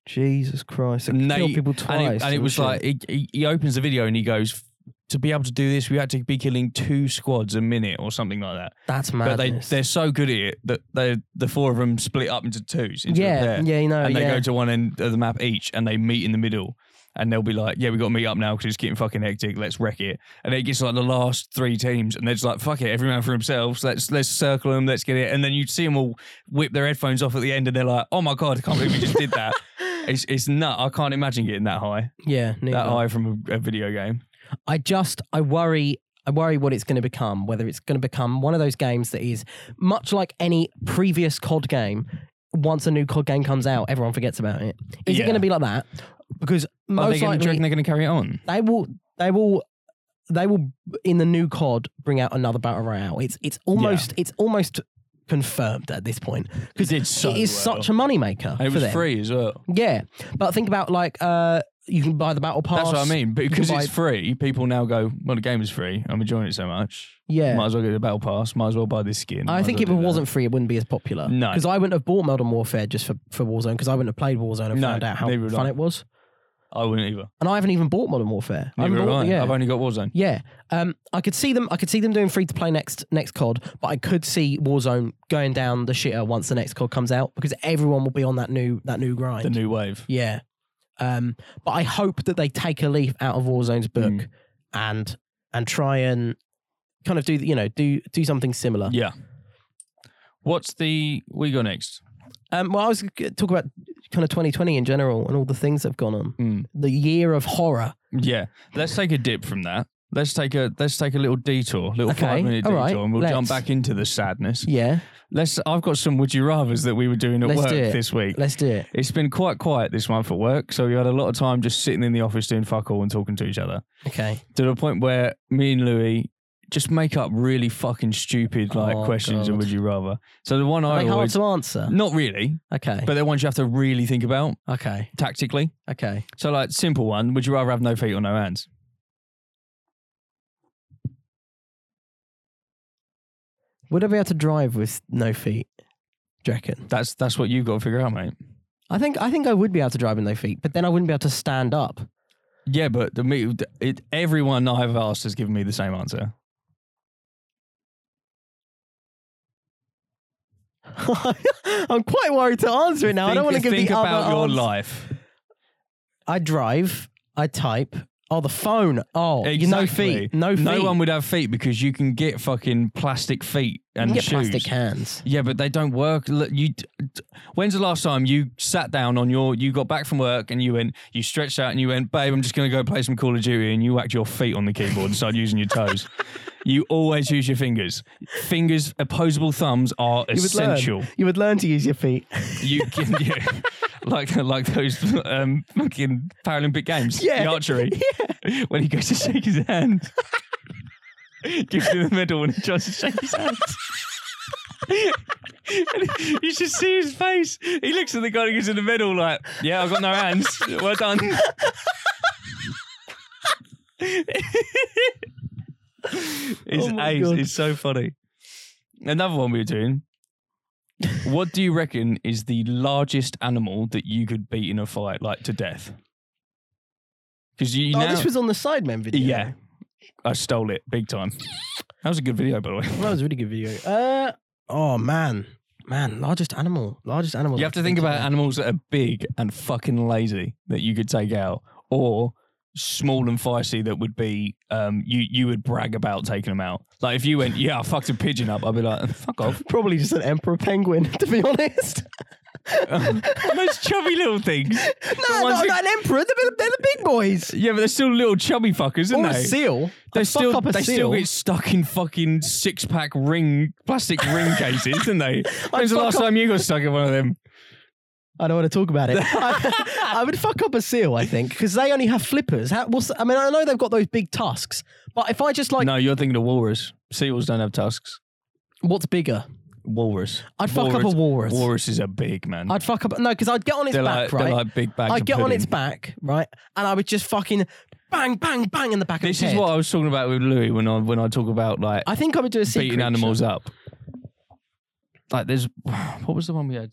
Jesus Christ! It
Nate-
killed people
and
twice.
it, and it was
shit.
like he, he- he opens the video and he goes to be able to do this we had to be killing two squads a minute or something like that
That's
but they
madness.
they're so good at it that they the four of them split up into twos into a
yeah,
pair,
yeah, you know,
and they
yeah.
go to one end of the map each and they meet in the middle and they'll be like yeah we got to meet up now because it's getting fucking hectic let's wreck it and it gets like the last three teams and they're just like fuck it every man for themselves let's let's circle them let's get it and then you see them all whip their headphones off at the end and they're like oh my god I can't believe we just did that it's it's nut I can't imagine getting that high
yeah, neither.
that high from a, a video game.
I just I worry I worry what it's going to become. Whether it's going to become one of those games that is much like any previous COD game. Once a new COD game comes out, everyone forgets about it. Is
Yeah.
it going to be like that? Because
Are they
most
gonna, do you
likely
reckon they're going to carry it on?
they will they will they will in the new COD bring out another battle royale. It's it's almost it's almost confirmed at this point because
did so
it is
well.
such a moneymaker.
And it
for
was
them.
free as well.
Yeah, but think about like uh, you can buy the battle pass.
That's what I mean. Because
can
it's
buy-
free, people now go, well, the game is free. I'm enjoying it so much.
Yeah,
Might as well get a battle pass. Might as well buy this skin.
I
might
think
as
if it
well do that."
wasn't free, it wouldn't be as popular.
No.
because I wouldn't have bought Modern Warfare just for for Warzone because I wouldn't have played Warzone and
No,
found out how
neither would
fun
I.
it was.
I wouldn't either.
And I haven't even bought Modern Warfare. I haven't
Neither have
bought-
I.
yeah,
I've only got Warzone.
yeah. Um, I could see them. I could see them doing free to play next next COD, but I could see Warzone going down the shitter once the next COD comes out because everyone will be on that new that new grind.
The new wave.
Yeah. Um, but I hope that they take a leaf out of Warzone's book
Mm.
and and try and kind of do you know do do something similar.
Yeah. What's the we go next?
Um, well, I was g- talk about kind of 2020 in general and all the things that have gone on.
Mm.
The year of horror.
Yeah. Let's take a dip from that. Let's take a let's take a little detour, little
Okay,
five minute
all
detour,
right,
and we'll jump
let's.
back into the sadness.
Yeah,
Let's. I've got some would you rather's that we were doing at
Let's
work
do it.
this week.
let's do it.
It's been quite quiet this month at work, so we had a lot of time just sitting in the office doing fuck all and talking to each other.
Okay.
To the point where me and Louis just make up really fucking stupid like
Oh,
questions and
God.
would you rather. So the one
Are
I
they hard
always
to answer.
not really,
Okay.
but they're ones you have to really think about
okay.
tactically.
Okay.
So like simple one, would you rather have no feet or no hands?
Would I be able to drive with no feet? Do you reckon?
That's that's what you've got to figure out, mate.
I think I think I would be able to drive with no feet, but then I wouldn't be able to stand up.
Yeah, but the me it, everyone I've asked has given me the same answer.
I'm quite worried to answer it now. I don't want to give
think
the
about
other
your
answer.
life.
I drive. I type. Oh, the phone. Oh, you no feet. No feet.
Exactly. No one would have feet because you can get fucking plastic feet
You
and
can get
shoes.
plastic hands.
Yeah, but they don't work. Look, you. d- d- When's the last time you sat down on your? You got back from work and you went. You stretched out and you went, babe. I'm just gonna go play some Call of Duty, and you whacked your feet on the keyboard and started using your toes. You always use your fingers. Fingers, opposable thumbs are
You would learn.
essential.
You would learn to use your feet.
You can, yeah, like like those um, fucking Paralympic games,
Yeah.
the archery. When he goes to shake his hand, gives him the medal when he tries to shake his hand. And you should see his face. He looks at the guy who's in the middle, like, "Yeah, I've got no hands. Well done." it's
Oh my
ace.
God.
It's so funny. Another one we were doing. What do you reckon is the largest animal that you could beat in a fight, like to death? Because you
oh,
now,
this was on the Sidemen video.
yeah, I stole it big time. That was a good video, by the way.
that was a really good video. Uh, oh man, man, largest animal, largest animal.
You have to think about animals that are big and fucking lazy that you could take out, or small and feisty that would be um, you you would brag about taking them out. Like if you went, yeah, I fucked a pigeon up, I'd be like, fuck off,
Probably just an emperor penguin, to be honest.
those chubby little things.
no, no,
ones that-
not an emperor. They're, the- they're the big boys.
Yeah, but they're still little chubby fuckers, aren't
Or a
they?
seal.
they
I'd
still
fuck up a
they
seal.
still get stuck in fucking six pack ring plastic ring cases, didn't they? When's the
fuck
last
up-
time you got stuck in one of them?
I don't want to talk about it. I, I would fuck up a seal, I think, because they only have flippers. How, what's, I mean, I know they've got those big tusks, but if I just like,
no, you're thinking of walrus. Seals don't have tusks.
what's bigger?
Walrus.
I'd fuck up a walrus.
Walruses are big, man.
I'd fuck up. No, because I'd get on its
they're
back,
like,
right?
they're like big bags.
I'd
of
get on
pudding.
its back, right? And I would just fucking bang, bang, bang in the back of
This
its
is
head.
what I was talking about with Louis when I when I talk about like
I think I would do a sea
beating
creature.
animals up. Like there's what was the one we had?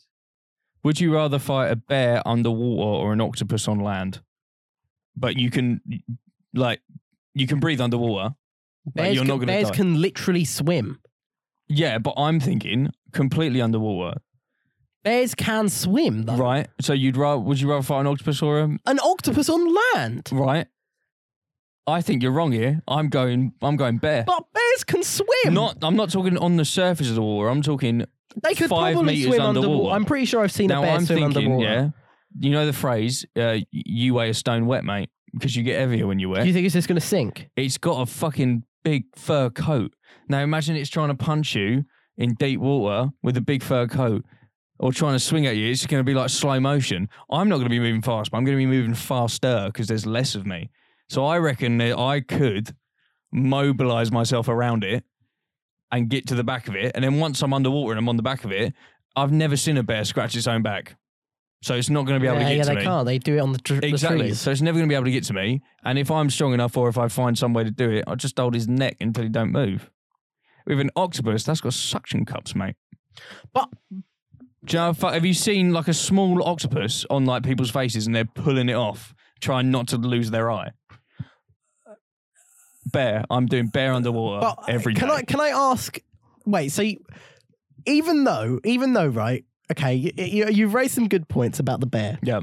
Would you rather fight a bear underwater or an octopus on land? But you can like you can breathe underwater.
Bears,
you're
can,
not gonna
bears
die.
can literally swim.
Yeah, but I'm thinking completely underwater,
Bears can swim, though.
right? So you'd rather would you rather fight an octopus or a
An octopus on land.
right? I think you're wrong here. I'm going I'm going bear.
But bears can swim.
Not I'm not talking on the surface of the water. I'm talking
they could
five
probably
meters
swim
underwater.
I'm pretty sure I've seen
now.
a bear
I'm
swim
thinking,
underwater.
yeah. You know the phrase, uh, "You weigh a stone wet, mate," because you get heavier when you wear.
Do you think it's just going to sink?
it's got a fucking big fur coat. Now imagine it's trying to punch you in deep water with a big fur coat. Or trying to swing at you, it's going to be like slow motion. I'm not going to be moving fast, but I'm going to be moving faster because there's less of me. So I reckon that I could mobilize myself around it and get to the back of it. And then once I'm underwater and I'm on the back of it, I've never seen a bear scratch its own back. So it's not going to be able
yeah,
to get
yeah
to
they
me.
can't. They do it on the, tr- the
Exactly.
trees.
So it's never going to be able to get to me. And if I'm strong enough or if I find some way to do it, I just hold his neck until he don't move. With an octopus, that's got suction cups, mate.
But-
do you know, fu- have you seen like a small octopus on like people's faces and they're pulling it off, trying not to lose their eye? Bear, I'm doing bear underwater
But uh,
every day.
can I can I ask? Wait, so you, even though even though right, okay, you, you, you've raised some good points about the bear.
Yeah.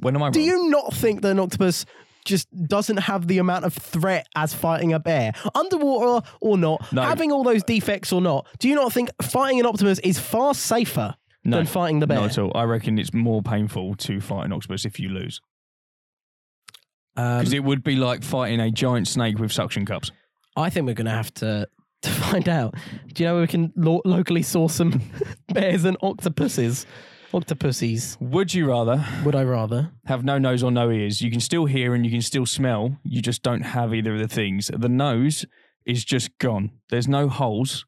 When am I?
Do
wrong?
you not think that an octopus just doesn't have the amount of threat as fighting a bear, underwater or not,
No.
having all those defects or not? Do you not think fighting an octopus is far safer
No.
than fighting the bear?
Not at all. I reckon it's more painful to fight an octopus if you lose.
Um,
Because it would be like fighting a giant snake with suction cups.
I think we're gonna have to to find out. Do you know where we can lo- locally source some bears and octopuses? Octopuses,
Would you rather
would I rather?
have no nose or no ears? You can still hear and you can still smell. You just don't have either of the things. The nose is just gone. There's no holes.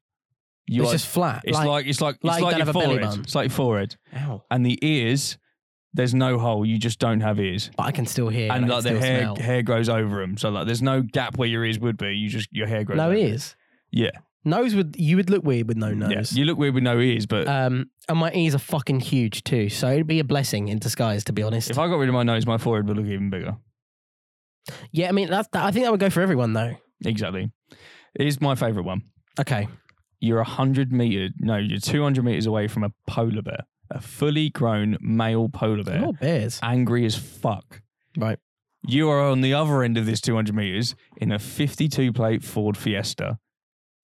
You
it's
are-
just flat.
it's like, it's like it's
like you
like,
don't
your
have a belly
forehead.
button.
It's like your forehead.
Ow.
And the ears, there's no hole. You just don't have ears.
But I can still hear
and like the hair,
smell.
hair grows over them. So like there's no gap where your ears would be. You just your hair grows.
no
over.
ears.
Yeah.
Nose would you would look weird with no
Yeah.
nose.
You look weird with no ears, but
Um, and my ears are fucking huge too, so it'd be a blessing in disguise, to be honest.
if I got rid of my nose, my forehead would look even bigger.
yeah, I mean that's that, I think that would go for everyone though.
Exactly. Here's my favorite one.
Okay,
you're 100 meter no you're 200 meters away from a polar bear a fully grown male polar bear Ah.
oh bears,
angry as fuck
right?
you are on the other end of this 200 meters in a 52 plate ford fiesta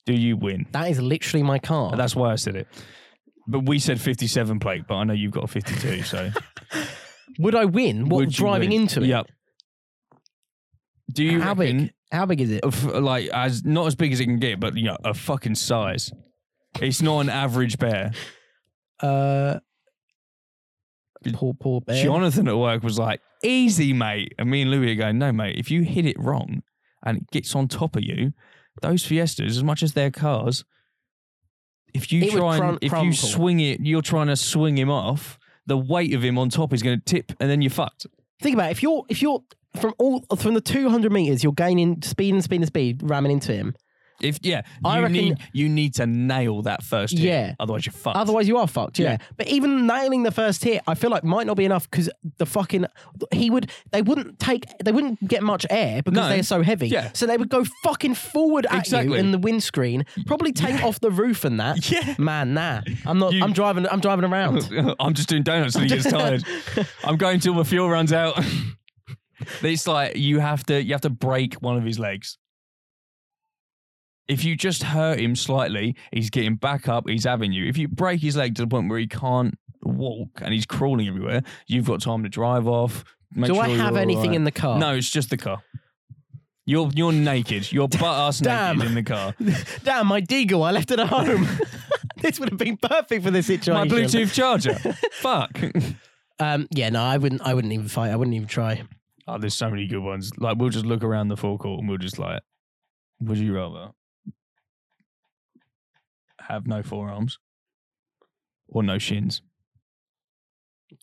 do you win
That is literally my car.
that's why i said it but we said 57 plate but i know you've got a 52 so
would I win? What
would you
driving
win?
into it?
yep do you
How
reckon
big? How big is it?
of, like as not as big as it can get but you know a fucking size it's not an average bear
Uh, poor poor bear.
Jonathan at work was like, easy, mate. And me and Louis are going, no, mate, if you hit it wrong and it gets on top of you, those Fiestas, as much as they're cars, if you
It would
try and
crun-
if
crumple.
you swing it, you're trying to swing him off. The weight of him on top is going to tip, and then you're fucked.
Think about it, if you're if you're from all from the 200 meters, you're gaining speed and speed and speed, ramming into him.
If yeah,
I
you
reckon-
need you need to nail that first. Hit,
Yeah.
otherwise you're fucked.
Otherwise, you are fucked. Yeah.
Yeah.
But even nailing the first hit, I feel like might not be enough because the fucking he would they wouldn't take they wouldn't get much air because
No.
they're so heavy.
Yeah.
So they would go fucking forward at you
Exactly.
in the windscreen, probably take off the roof and that.
Yeah.
Man, nah. I'm not.
You-
I'm driving. I'm driving around.
I'm just doing donuts till he gets tired. I'm going till my fuel runs out. it's like you have to you have to break one of his legs. If you just hurt him slightly, he's getting back up, he's having you. If you break his leg to the point where he can't walk and he's crawling everywhere, you've got time to drive off. Make
Do
sure
I have anything in the car?
No, it's just the car. You're you're naked. You're butt ass
Damn.
naked in the car.
Damn, my Deagle. I left it at home. this would have been perfect for this
My
situation.
Bluetooth charger. Fuck.
Um, yeah, no, I wouldn't. I wouldn't even fight. I wouldn't even try.
Oh, there's so many good ones. Like we'll just look around the forecourt and we'll just like, would you rather have no forearms or no shins?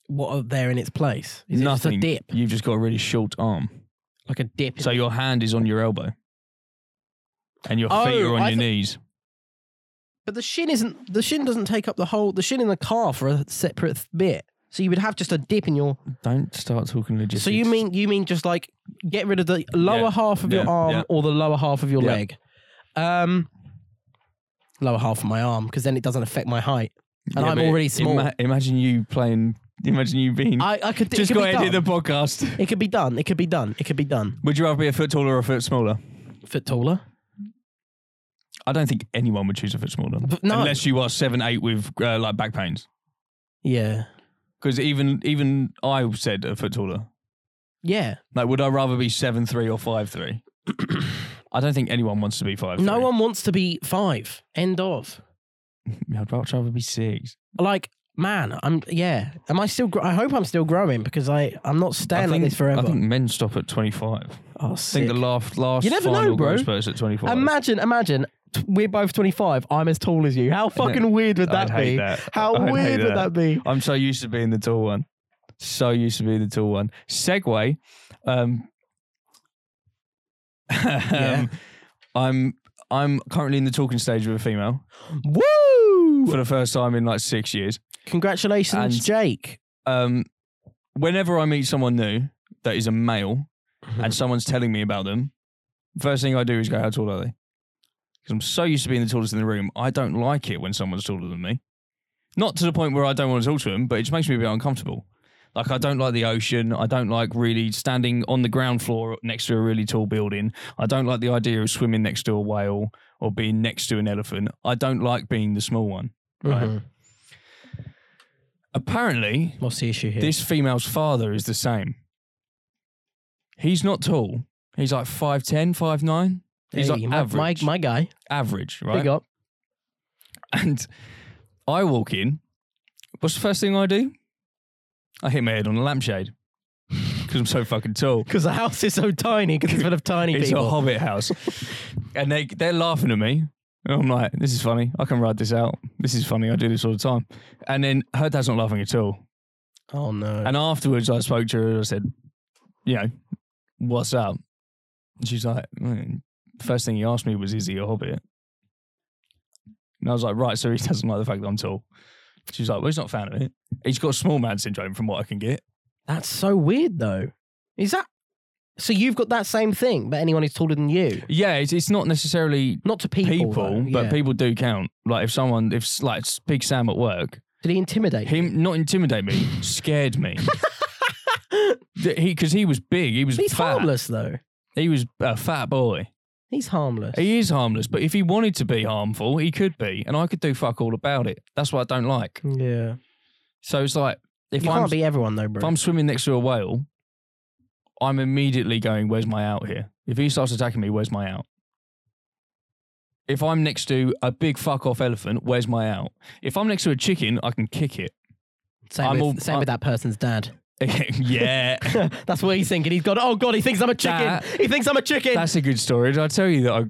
What are there in its place? Is
Nothing.
It just a dip,
You've just got a really short arm,
like a dip.
so your hand is on your elbow, and your feet
Oh,
are on
I
your
thi-
knees.
But the shin isn't the shin doesn't take up the whole the shin in the car for a separate th- bit. So you would have just a dip in your.
Don't start talking logistics.
so you mean you mean just like get rid of the lower
Yeah,
half of your
yeah,
arm
yeah.
or the lower half of your
Yeah.
leg? Um, lower half of my arm because then it doesn't affect my height and
Yeah,
I'm
but
already
ima-
small.
imagine you playing. Imagine you being.
I, I could it
just
could
got
be
to edit
done.
the podcast.
It could be done. It could be done. It could be done.
Would you rather be a foot taller or a foot smaller?
Foot taller.
I don't think anyone would choose a foot smaller.
But no.
Unless you are seven eight with uh, like back pains.
Yeah.
Because even even I said a foot taller.
Yeah.
Like, would I rather be seven three or five three? I don't think anyone wants to be five.
No one wants to be five. End of.
I'd much rather be six.
Like, man, I'm yeah. Am I still? Gr- I hope I'm still growing because I I'm not
I
staying
think-
like this forever.
I think men stop at twenty five.
oh,
I
sick.
think the last last
You never know,
final
bro.
growth spurt is at twenty five.
imagine, imagine. t- We're both 25. I'm as tall as you. How fucking weird would that
I'd hate
be?
that.
How
I'd hate
weird would that
that.
be?
I'm so used to being the tall one. So used to being the tall one. Segway. Um,
Yeah.
um, I'm I'm currently in the talking stage with a female
Woo!
for the first time in like six years.
Congratulations,
And-
Jake.
Um, whenever I meet someone new that is a male and someone's telling me about them, first thing I do is go, "How tall are they?" Because I'm so used to being the tallest in the room, I don't like it when someone's taller than me. Not to the point where I don't want to talk to them, but it just makes me a bit uncomfortable. Like I don't like the ocean. I don't like really standing on the ground floor next to a really tall building. I don't like the idea of swimming next to a whale or being next to an elephant. I don't like being the small one. right.
Mhm.
Apparently,
What's the issue here?
this female's father is the same. He's not tall. He's like 5'10, 5'9. He's
Hey,
like
my, my,
average.
my guy.
Average,
Big
right?
up.
And I walk in. What's the first thing I do? I hit my head on a lampshade because I'm so fucking tall.
Because the house is so tiny because it's full of tiny
It's a
people.
hobbit house. and they, they're laughing at me. And I'm like, this is funny. I can ride this out. This is funny. I do this all the time. And then her dad's not laughing at all.
oh, no.
And afterwards, I spoke to her and I said, you know, what's up? And she's like, "Mm." first thing he asked me was, is he a hobbit? And I was like, right, so he doesn't like the fact that I'm tall. She's like, well, he's not a fan of it. He's got small man syndrome from what I can get.
That's so weird, though. Is that so? You've got that same thing, but anyone who's taller than you,
Yeah, it's, it's not necessarily
not to people,
people,
though,
but
yeah.
people do count. Like if someone, if like Big Sam at work,
Did he intimidate? you?
him not intimidate me, scared me. Th- he, because he was big, he was
He's
fat.
harmless, though.
He was a fat boy.
He's harmless.
He is harmless, but if he wanted to be harmful, he could be, and I could do fuck all about it. That's what I don't like.
yeah.
So it's like if
you
I'm
can't be everyone, though,
if
bro.
I'm swimming next to a whale, I'm immediately going, "Where's my out here?" If he starts attacking me, where's my out? If I'm next to a big fuck off elephant, where's my out? If I'm next to a chicken, I can kick it.
same
I'm
with,
all-
same with that person's dad.
yeah,
That's what he's thinking. He's got. Oh God, he thinks I'm a chicken.
That-
he thinks I'm a chicken.
that's a good story. Did I tell you that I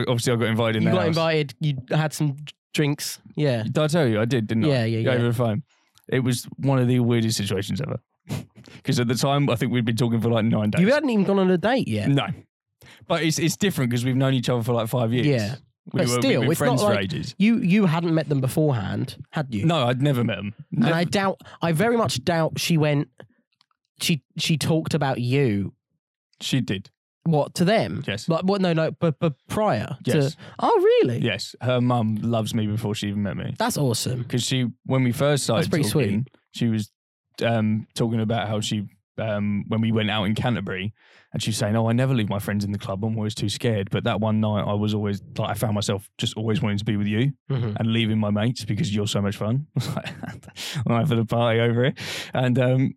obviously I got invited in
you
the
got
house?
invited. You had some drinks. Yeah.
Did I tell you? I did, didn't I?
Yeah, yeah, yeah.
Over the phone. It was one of the weirdest situations ever. Because at the time, I think we'd been talking for like nine days.
You hadn't even gone on a date yet.
No. But it's it's different because we've known each other for like five years.
Yeah.
We
But
were,
still,
we've been
it's not
friends for
like-
ages.
You you hadn't met them beforehand, had you?
No, I'd never met him.
And I doubt I very much doubt she went she she talked about you
she did.
what to them.
Yes.
Like what no no but but prior
Yes.
to Oh really?
Yes. Her mum loves me before she even met me.
That's awesome.
Because she, when we first started
That's pretty
talking, she was um, talking about how she, um, when we went out in Canterbury, and she was saying, "Oh, I never leave my friends in the club. I'm always too scared." But that one night, I was always like, I found myself just always wanting to be with you
Mhm.
and leaving my mates because you're so much fun. I was like, I'm out for the party over it, and um,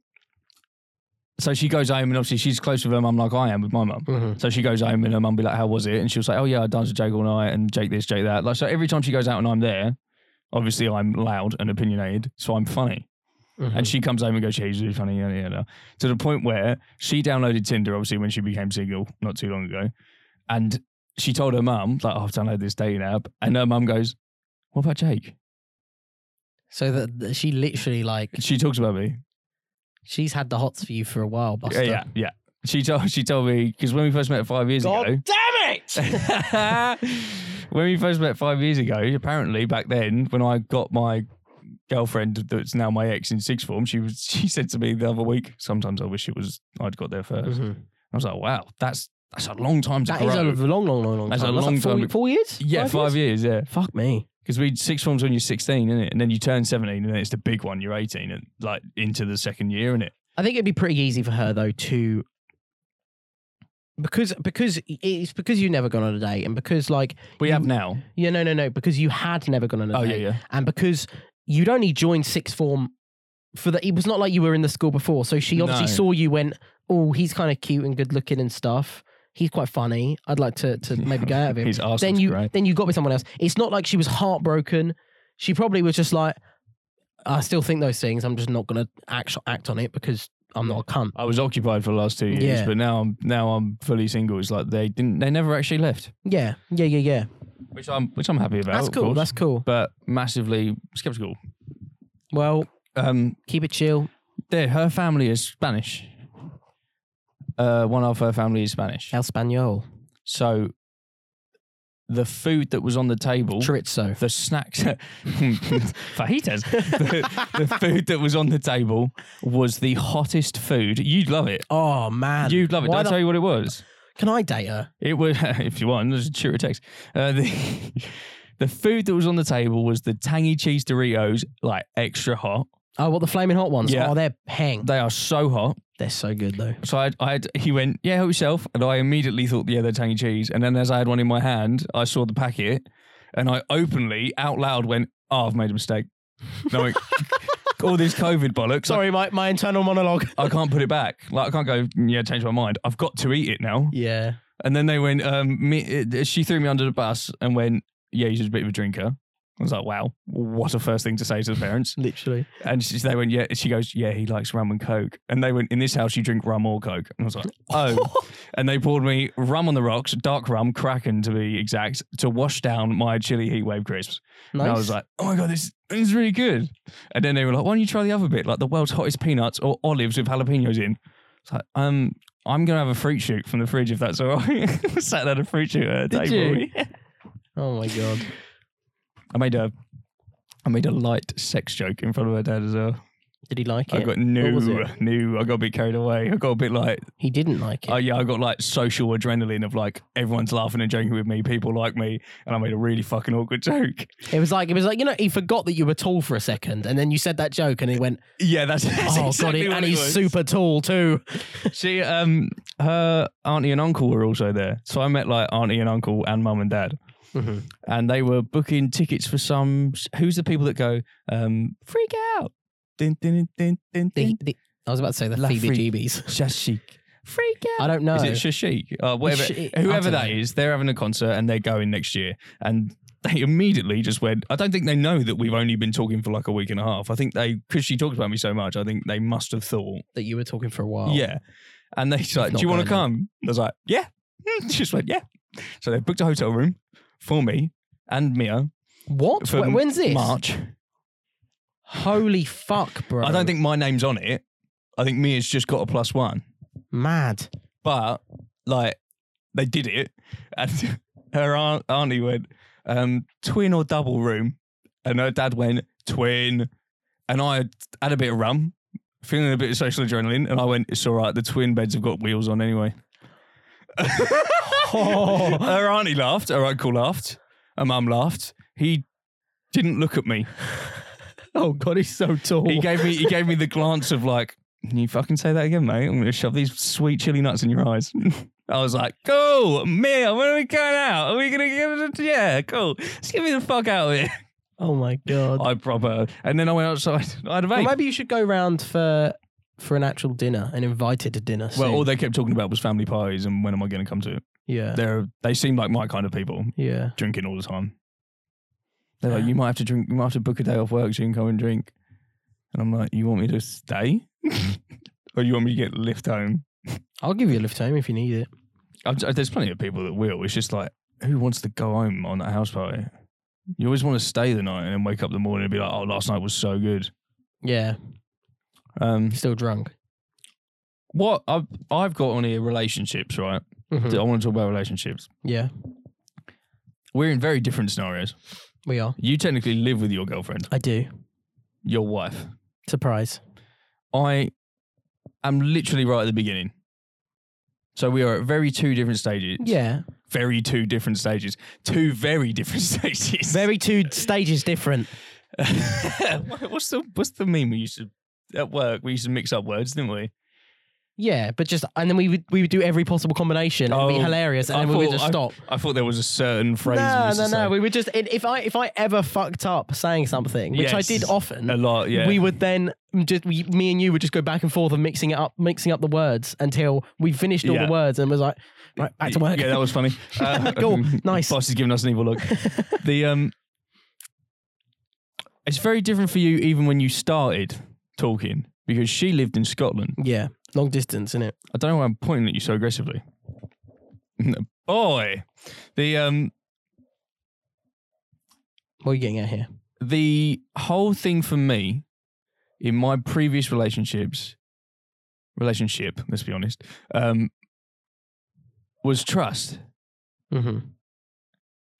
so she goes home, and obviously she's close with her mum like I am with my mum.
Mhm.
So she goes home and her mum be like, "How was it?" And she'll say, "Oh yeah, I danced with Jake all night and Jake this, Jake that." Like so, every time she goes out and I'm there, obviously I'm loud and opinionated, so I'm funny.
Mhm.
And she comes home and goes, "Yeah, he's really funny." Yada, yada. To the point where she downloaded Tinder, obviously when she became single not too long ago, and she told her mum like, oh, "I've downloaded this dating app," and her mum goes, "What about Jake?"
So that that she literally like
She talks about me.
she's had the hots for you for a while, Buster.
Yeah, yeah, yeah. She told she told me because when we first met five years ago,
God damn it!
Mm-hmm. when we first met five years ago, apparently back then, when I got my girlfriend that's now my ex in sixth form, she was she said to me the other week, sometimes I wish it was I'd got there 1st
Mhm.
I was like, wow, that's that's a long time to
That
grow.
is a long, long, long, long
That's a
time. What's that,
long
four,
time.
Four years?
yeah, five years, yeah.
Fuck me.
Because we six forms when you're 16, isn't it? And then you turn 17, and then it's the big one. You're 18, and like into the second year, is it?
I think it'd be pretty easy for her though to because because it's because you've never gone on a date and because like
We
you-
have now.
yeah no no no because you had never gone on a
Oh yeah,
date
yeah.
and because you'd only joined sixth form for the it was not like you were in the school before so she obviously
No.
saw you went oh he's kind of cute and good looking and stuff he's quite funny I'd like to to maybe go out with him
His arse's
then you
great.
then you got with someone else. It's not like she was heartbroken. She probably was just like, I still think those things. I'm just not gonna act act on it because I'm not a cunt.
I was occupied for the last two years,
Yeah.
but now I'm now I'm fully single. It's like they didn't they never actually left,
Yeah, yeah, yeah, yeah.
which I'm which I'm happy about.
That's
of
cool.
course,
That's cool.
but massively skeptical.
Well,
Um,
keep it chill.
there, her family is Spanish. Uh, one of her family is Spanish,
El Spanol.
so the food that was on the table,
Chorizo.
the snacks, fajitas, the, the food that was on the table was the hottest food. You'd love it.
Oh man,
You'd love it. Did
Why
I
the-
tell you what it was?
Can I date her?
It was, if you want, just shoot a text. Uh, the, the food that was on the table was the tangy cheese Doritos, like extra hot.
Oh, what the flaming hot ones?
Yeah.
Oh, they're hang.
They are so hot.
They're so good though.
So I, I had, he went, yeah, help yourself. And I immediately thought, yeah, they're tangy cheese. And then as I had one in my hand, I saw the packet and I openly, out loud, went, oh, I've made a mistake. Knowing all this COVID bollocks,
Sorry, my, my internal monologue.
I, I can't put it back. Like, I can't go, yeah, change my mind. I've got to eat it now.
Yeah.
And then they went, um, me, uh, she threw me under the bus and went, yeah, he's just a bit of a drinker. I was like, wow, what a first thing to say to the parents.
Literally.
And she, they went, yeah, she goes, yeah, he likes rum and coke. And they went, in this house, you drink rum or coke. And I was like, oh. and they poured me rum on the rocks, dark rum, Kraken to be exact, to wash down my chili heat wave crisps.
Nice.
And I was like, oh my God, this, this is really good. And then they were like, why don't you try the other bit, like the world's hottest peanuts or olives with jalapenos in? It's like, um, I'm going to have a fruit shoot from the fridge if that's all right. Sat at a fruit shoot at a
Did
table.
you? oh my god.
I made a. I made a light sex joke in front of her dad as well.
Did he like
I
it?
got
What was
new,
it?
new. I got a bit carried away. I got a bit like,
He didn't like it.
oh yeah, I got like social adrenaline of like everyone's laughing and joking with me, people like me, and I made a really fucking awkward joke.
It was like it was like you know he forgot that you were tall for a second, and then you said that joke, and he went,
Yeah, that's, that's
"Oh
exactly
god!"
what
And
it
he's
was.
super tall too.
She, um, her auntie and uncle were also there, so I met like auntie and uncle and mum and dad, Mm-hmm. and they were booking tickets for some. Who's the people that go um, freak out? Dun, dun, dun, dun,
The,
dun,
the, I was about to say the
La
Phoebe
freak.
Jeebies.
Shashik. Freak out.
I don't know.
Is it Shashik? Uh, whatever,
Shashik. I
whoever
don't
that
know.
is, they're having a concert and they're going next year. And they immediately just went, I don't think they know that we've only been talking for like a week and a half. I think they, because she talks about me so much, I think they must have thought,
that you were talking for a while.
yeah. And they just like, do
not
you want to
going there.
come? I was like, Hmm, yeah. She just went, yeah. So they booked a hotel room for me and Mia.
What?
for
Wh- When's this?
March.
Holy fuck, bro!
I don't think my name's on it. I think Mia's just got a plus one.
mad.
But like they did it, and her aunt, auntie went um, twin or double room, and her dad went twin, and I had a bit of rum, feeling a bit of social adrenaline, and I went it's all right. The twin beds have got wheels on anyway. her auntie laughed. Her uncle laughed. Her mum laughed. He didn't look at me.
Oh god, he's so tall.
He gave me he gave me the glance of like, Can you fucking say that again, mate? I'm gonna shove these sweet chili nuts in your eyes. I was like, cool, meal, when are we going out? Are we gonna get it? Yeah, cool. Just get me the fuck out of here.
oh my god.
I proper and then I went outside. I had a
Well,
vape.
maybe you should go round for for an actual dinner, an invited to dinner.
Well,
soon.
all they kept talking about was family parties and when am I gonna come to it?
yeah,
They're they seem like my kind of people,
yeah.
drinking all the time. They're like, You might have to drink you might have to book a day off work so you can come and drink. And I'm like, You want me to stay? or you want me to get a lift home?
I'll give you a lift home if you need it.
I've, j- there's plenty of people that will. It's just like, who wants to go home on that house party? You always want to stay the night and then wake up the morning and be like, oh, last night was so good.
Yeah,
Um,
still drunk.
what I've, I've got on here relationships, right?
Mhm.
I want to talk about relationships.
Yeah,
We're in very different scenarios.
we are.
You technically live with your girlfriend,
I do.
your wife.
Surprise.
I am literally right at the beginning. So we are at very two different stages.
Yeah,
Very two different stages. Two very different stages.
very two stages different.
What- what's the what's the meme we used to at work? We used to mix up words, didn't we?
Yeah, but just and then we would we would do every possible combination. and It'd
Oh,
be hilarious, and
I
then we would
thought
just
I-
stop.
I thought there was a certain phrase. we
No,
used
no,
to
no.
say.
We would just if I if I ever fucked up saying something, which I
Yes.
did often,
a lot. Yeah,
we would then just we, me and you would just go back and forth and mixing it up, mixing up the words until we finished all
Yeah.
the words and was like, right, back to work.
Yeah, that was funny. Uh,
Cool, nice.
Boss is giving us an evil look. the um, it's very different for you even when you started talking because she lived in Scotland.
yeah, long distance, innit?
I don't know why I'm pointing at you so aggressively. Boy, the um,
What are you getting at here?
the whole thing for me in my previous relationships relationship let's be honest um was trust
Mm-hmm.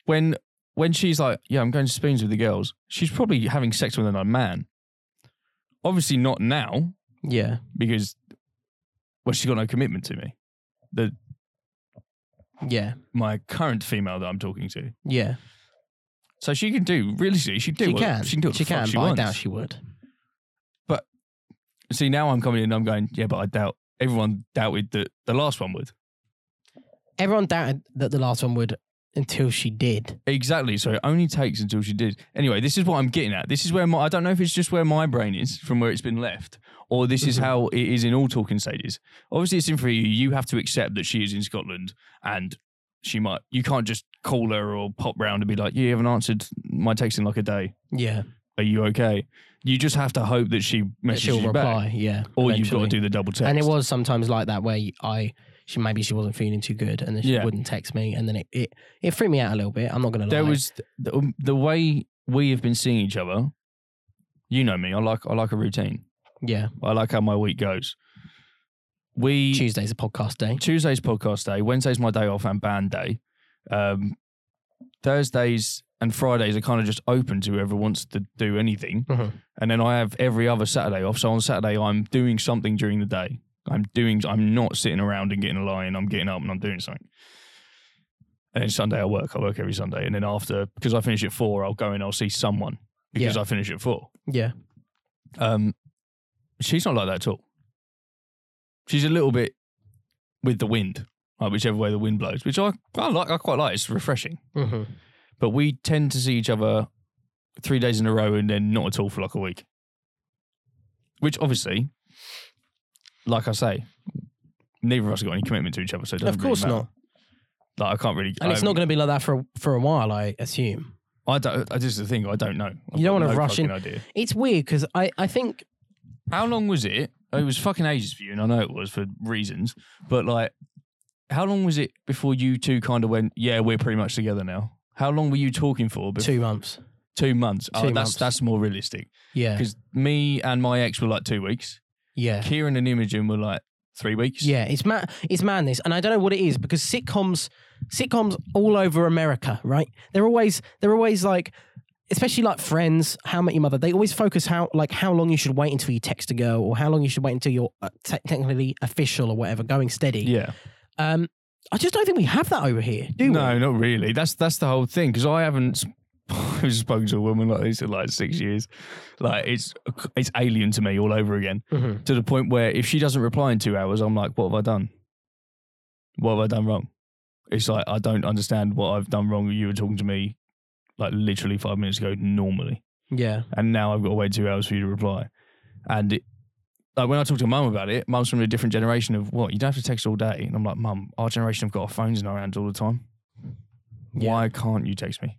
when when she's like yeah i'm going to spoons with the girls she's probably having sex with another man obviously not now
Yeah,
because well she's got no commitment to me
yeah,
my current female that i'm talking to
yeah.
so she can do realistically she can do
she
what,
can.
she can do what the fuck
can,
she
but I
wants.
doubt she would.
see now i'm coming in and i'm going yeah but i doubt everyone doubted that the last one would
Everyone doubted that the last one would until she did.
Exactly. So it only takes until she did. Anyway, this is what I'm getting at. This is where my I don't know if it's just where my brain is from where it's been left, or this is
Mhm.
how it is in all talking stages. Obviously, it's in for you. You have to accept that she is in Scotland, and she might. You can't just call her or pop round and be like, "You haven't answered my text in like a day.
Yeah,
Are you okay?" You just have to hope that she
that
messages
she'll
you
reply.
back,
Yeah,
or
eventually.
you've got to do the double text.
And it was sometimes like that where you- I she maybe she wasn't feeling too good and then she
Yeah.
wouldn't text me and then it, it it freaked me out a little bit. I'm not gonna lie.
there was the, um, the way we have been seeing each other. You know me. I like I like a routine.
yeah
I like how my week goes. We
Tuesday's a podcast day.
Tuesday's podcast day, Wednesday's my day off and band day. Um, Thursdays and Fridays are kind of just open to whoever wants to do anything.
Mhm.
And then I have every other Saturday off. So on Saturday, I'm doing something during the day. I'm doing, I'm not sitting around and getting a lie in. I'm getting up and I'm doing something. And then Sunday, I work. I work every Sunday. And then after, because I finish at four, I'll go and I'll see someone because I finish at four.
Yeah,
Um, she's not like that at all. She's a little bit with the wind, like whichever way the wind blows, which I, I like. I quite like. It's refreshing.
hmm
But we tend to see each other three days in a row and then not at all for like a week. Which obviously, like I say, neither of us have got any commitment to each other, so it doesn't
of course
really matter.
not.
Like I can't really.
And it's
I-
not going to be like that for a, for a while, I assume.
I don't. I just the thing. I don't know. I've
You don't wanna
got no
rush in.
fucking Idea.
It's weird because I I think
How long was it? It was fucking ages for you, and I know it was for reasons. But like, how long was it before you two kind of went? Yeah, we're pretty much together now. How long were you talking for? bef-
two months.
Two months. oh,
Two
that's
months.
that's more realistic.
Yeah.
Because me and my ex were like two weeks.
Yeah.
Kieran and Imogen were like three weeks.
Yeah, it's mad. It's madness, and I don't know what it is because sitcoms, sitcoms all over America, right? They're always they're always like, especially like Friends, How I Met Your Mother. They always focus how like how long you should wait until you text a girl, or how long you should wait until you're uh, te- technically official or whatever, going steady.
Yeah.
Um, I just don't think we have that over here, do we?
No, not really. That's that's the whole thing. Because I haven't sp- spoken to a woman like this in like six years. Like it's it's alien to me all over again.
Mhm.
To the point where if she doesn't reply in two hours, I'm like, what have I done? What have I done wrong? It's like I don't understand what I've done wrong. You were talking to me like literally five minutes ago normally.
Yeah.
and now I've got to wait two hours for you to reply. And it, like when I talk to mum about it, mum's from a different generation of what you don't have to text all day, and I'm like, mum, our generation have got our phones in our hands all the time.
Yeah.
Why can't you text me?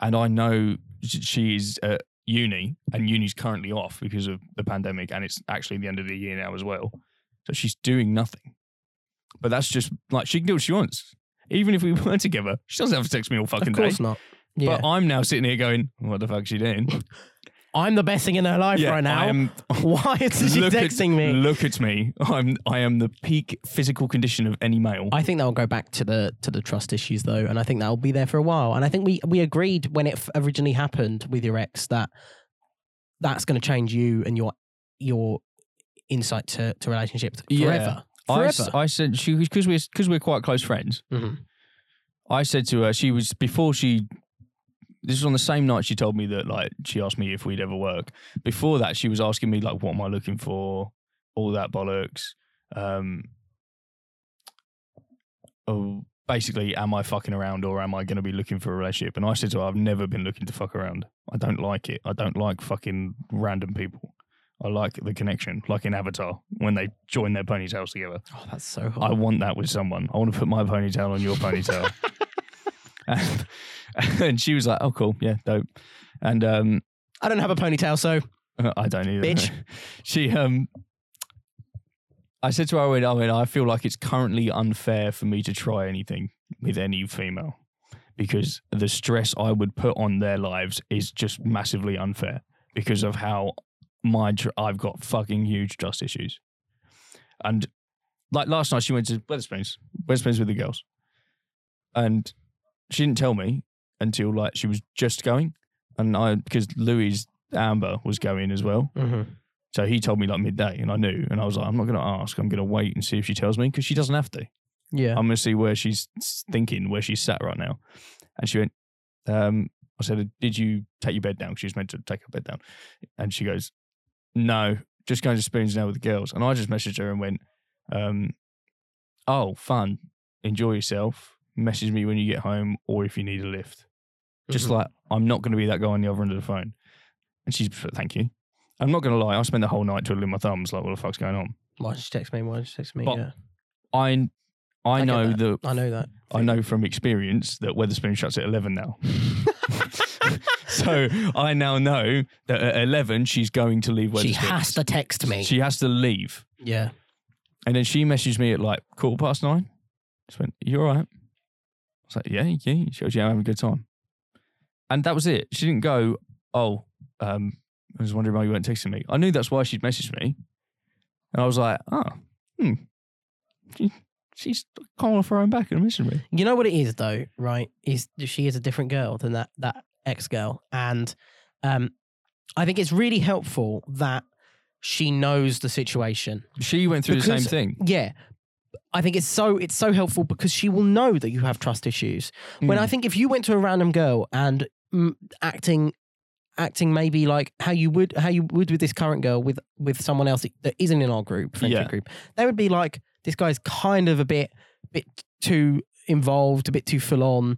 And I know sh- she is at uni, and uni's currently off because of the pandemic, and it's actually the end of the year now as well. So she's doing nothing. But that's just like she can do what she wants. Even if we were together, she doesn't have to text me all fucking
Of
day.
course not. Yeah.
But I'm now sitting here going, "What the fuck's she doing?"
I'm the best thing in her life right now.
I am
Why is she
Look at-
texting me?
Look at me. I'm I am the peak physical condition of any male.
I think that'll go back to the to the trust issues though, and I think that'll be there for a while. And I think we we agreed when it f- originally happened with your ex that that's going to change you and your your insight to, to relationships
Yeah.
forever.
I
Forever.
s- I said she because we're because we're quite close friends.
Mhm.
I said to her she was before she. This was on the same night she told me that like she asked me if we'd ever work. Before that, she was asking me like, "What am I looking for?" All that bollocks. Um, oh, basically, am I fucking around or am I going to be looking for a relationship? And I said to her, I've never been looking to fuck around. I don't like it. I don't like fucking random people. I like the connection, like in Avatar when they join their ponytails together.
Oh, that's so
I
hot.
want that with someone. I want to put my ponytail on your ponytail. and, and she was like, "Oh, cool, yeah, dope." And um,
I, don't have a ponytail, so
I don't either.
Bitch.
she, um, I said to her, I went, I went, I feel like it's currently unfair for me to try anything with any female because the stress I would put on their lives is just massively unfair because of how my tr- I've got fucking huge trust issues. And like last night, she went to Weatherspoons, Weatherspoons with the girls, and she didn't tell me until like she was just going, and I because Louis Amber was going as well, so he told me like midday, and I knew, and I was like, I'm not going to ask, I'm going to wait and see if she tells me because she doesn't have to.
yeah.
I'm going to see where she's thinking, where she's sat right now. And she went, um, I said, Did you take your bed down? 'Cause She was meant to take her bed down. And she goes, No, just going to spoons now with the girls. And I just messaged her and went, um, Oh, fun. Enjoy yourself. Message me when you get home or if you need a lift. Just
Mhm.
like, I'm not going to be that guy on the other end of the phone. And she's, Thank you. I'm not going to lie. I spent the whole night twiddling my thumbs, like, What the fuck's going on?
Why did she text me? Why did she text me?
But-
yeah.
I, I,
get
know
that.
that
I know that.
I know from experience that Weatherspoon shuts at 11 now. so I now know that at 11, she's going to leave Weatherspoon.
She has to text me.
She has to leave.
yeah.
And then she messaged me at like quarter past nine. She went, You all right? I was like, Yeah, yeah. She goes, Yeah, I'm having a good time. And that was it. She didn't go, Oh, um, I was wondering why you weren't texting me. I knew that's why she'd messaged me. And I was like, Oh, hmm. She, she's calling off her own back and messaging me.
You know what it is though, right? Is she is a different girl than that that ex girl, and um, I think it's really helpful that she knows the situation.
She went through the
Because-
same thing.
Yeah, I think it's so it's so helpful because she will know that you have trust issues. When
Mm.
I think if you went to a random girl and mm, acting acting maybe like how you would how you would with this current girl with with someone else that- that isn't in our group friendship
Yeah.
group they would be like this guy's kind of a bit bit too involved a bit too full on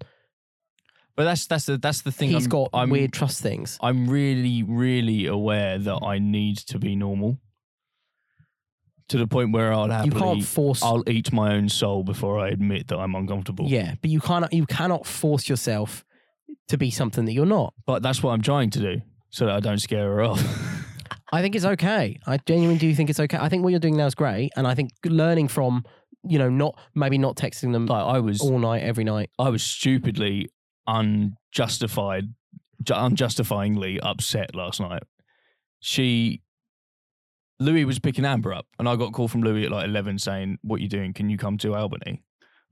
But that's that's the that's the thing.
He's
I'm,
got
I'm,
weird trust things.
I'm really really aware that I need to be normal to the point where I'll
You
happily
can't force.
I'll eat my own soul before I admit that I'm uncomfortable.
yeah, but you cannot. You cannot force yourself to be something that you're not.
But that's what I'm trying to do so that I don't scare her off.
I think it's okay. I genuinely do think it's okay. I think what you're doing now is great, and I think learning from you know not maybe not texting them
like I was
all night every night.
I was stupidly unjustified ju- unjustifyingly upset last night. She, Louis was picking Amber up, and I got a call from Louis at like 11 saying, What you doing? Can you come to Albany?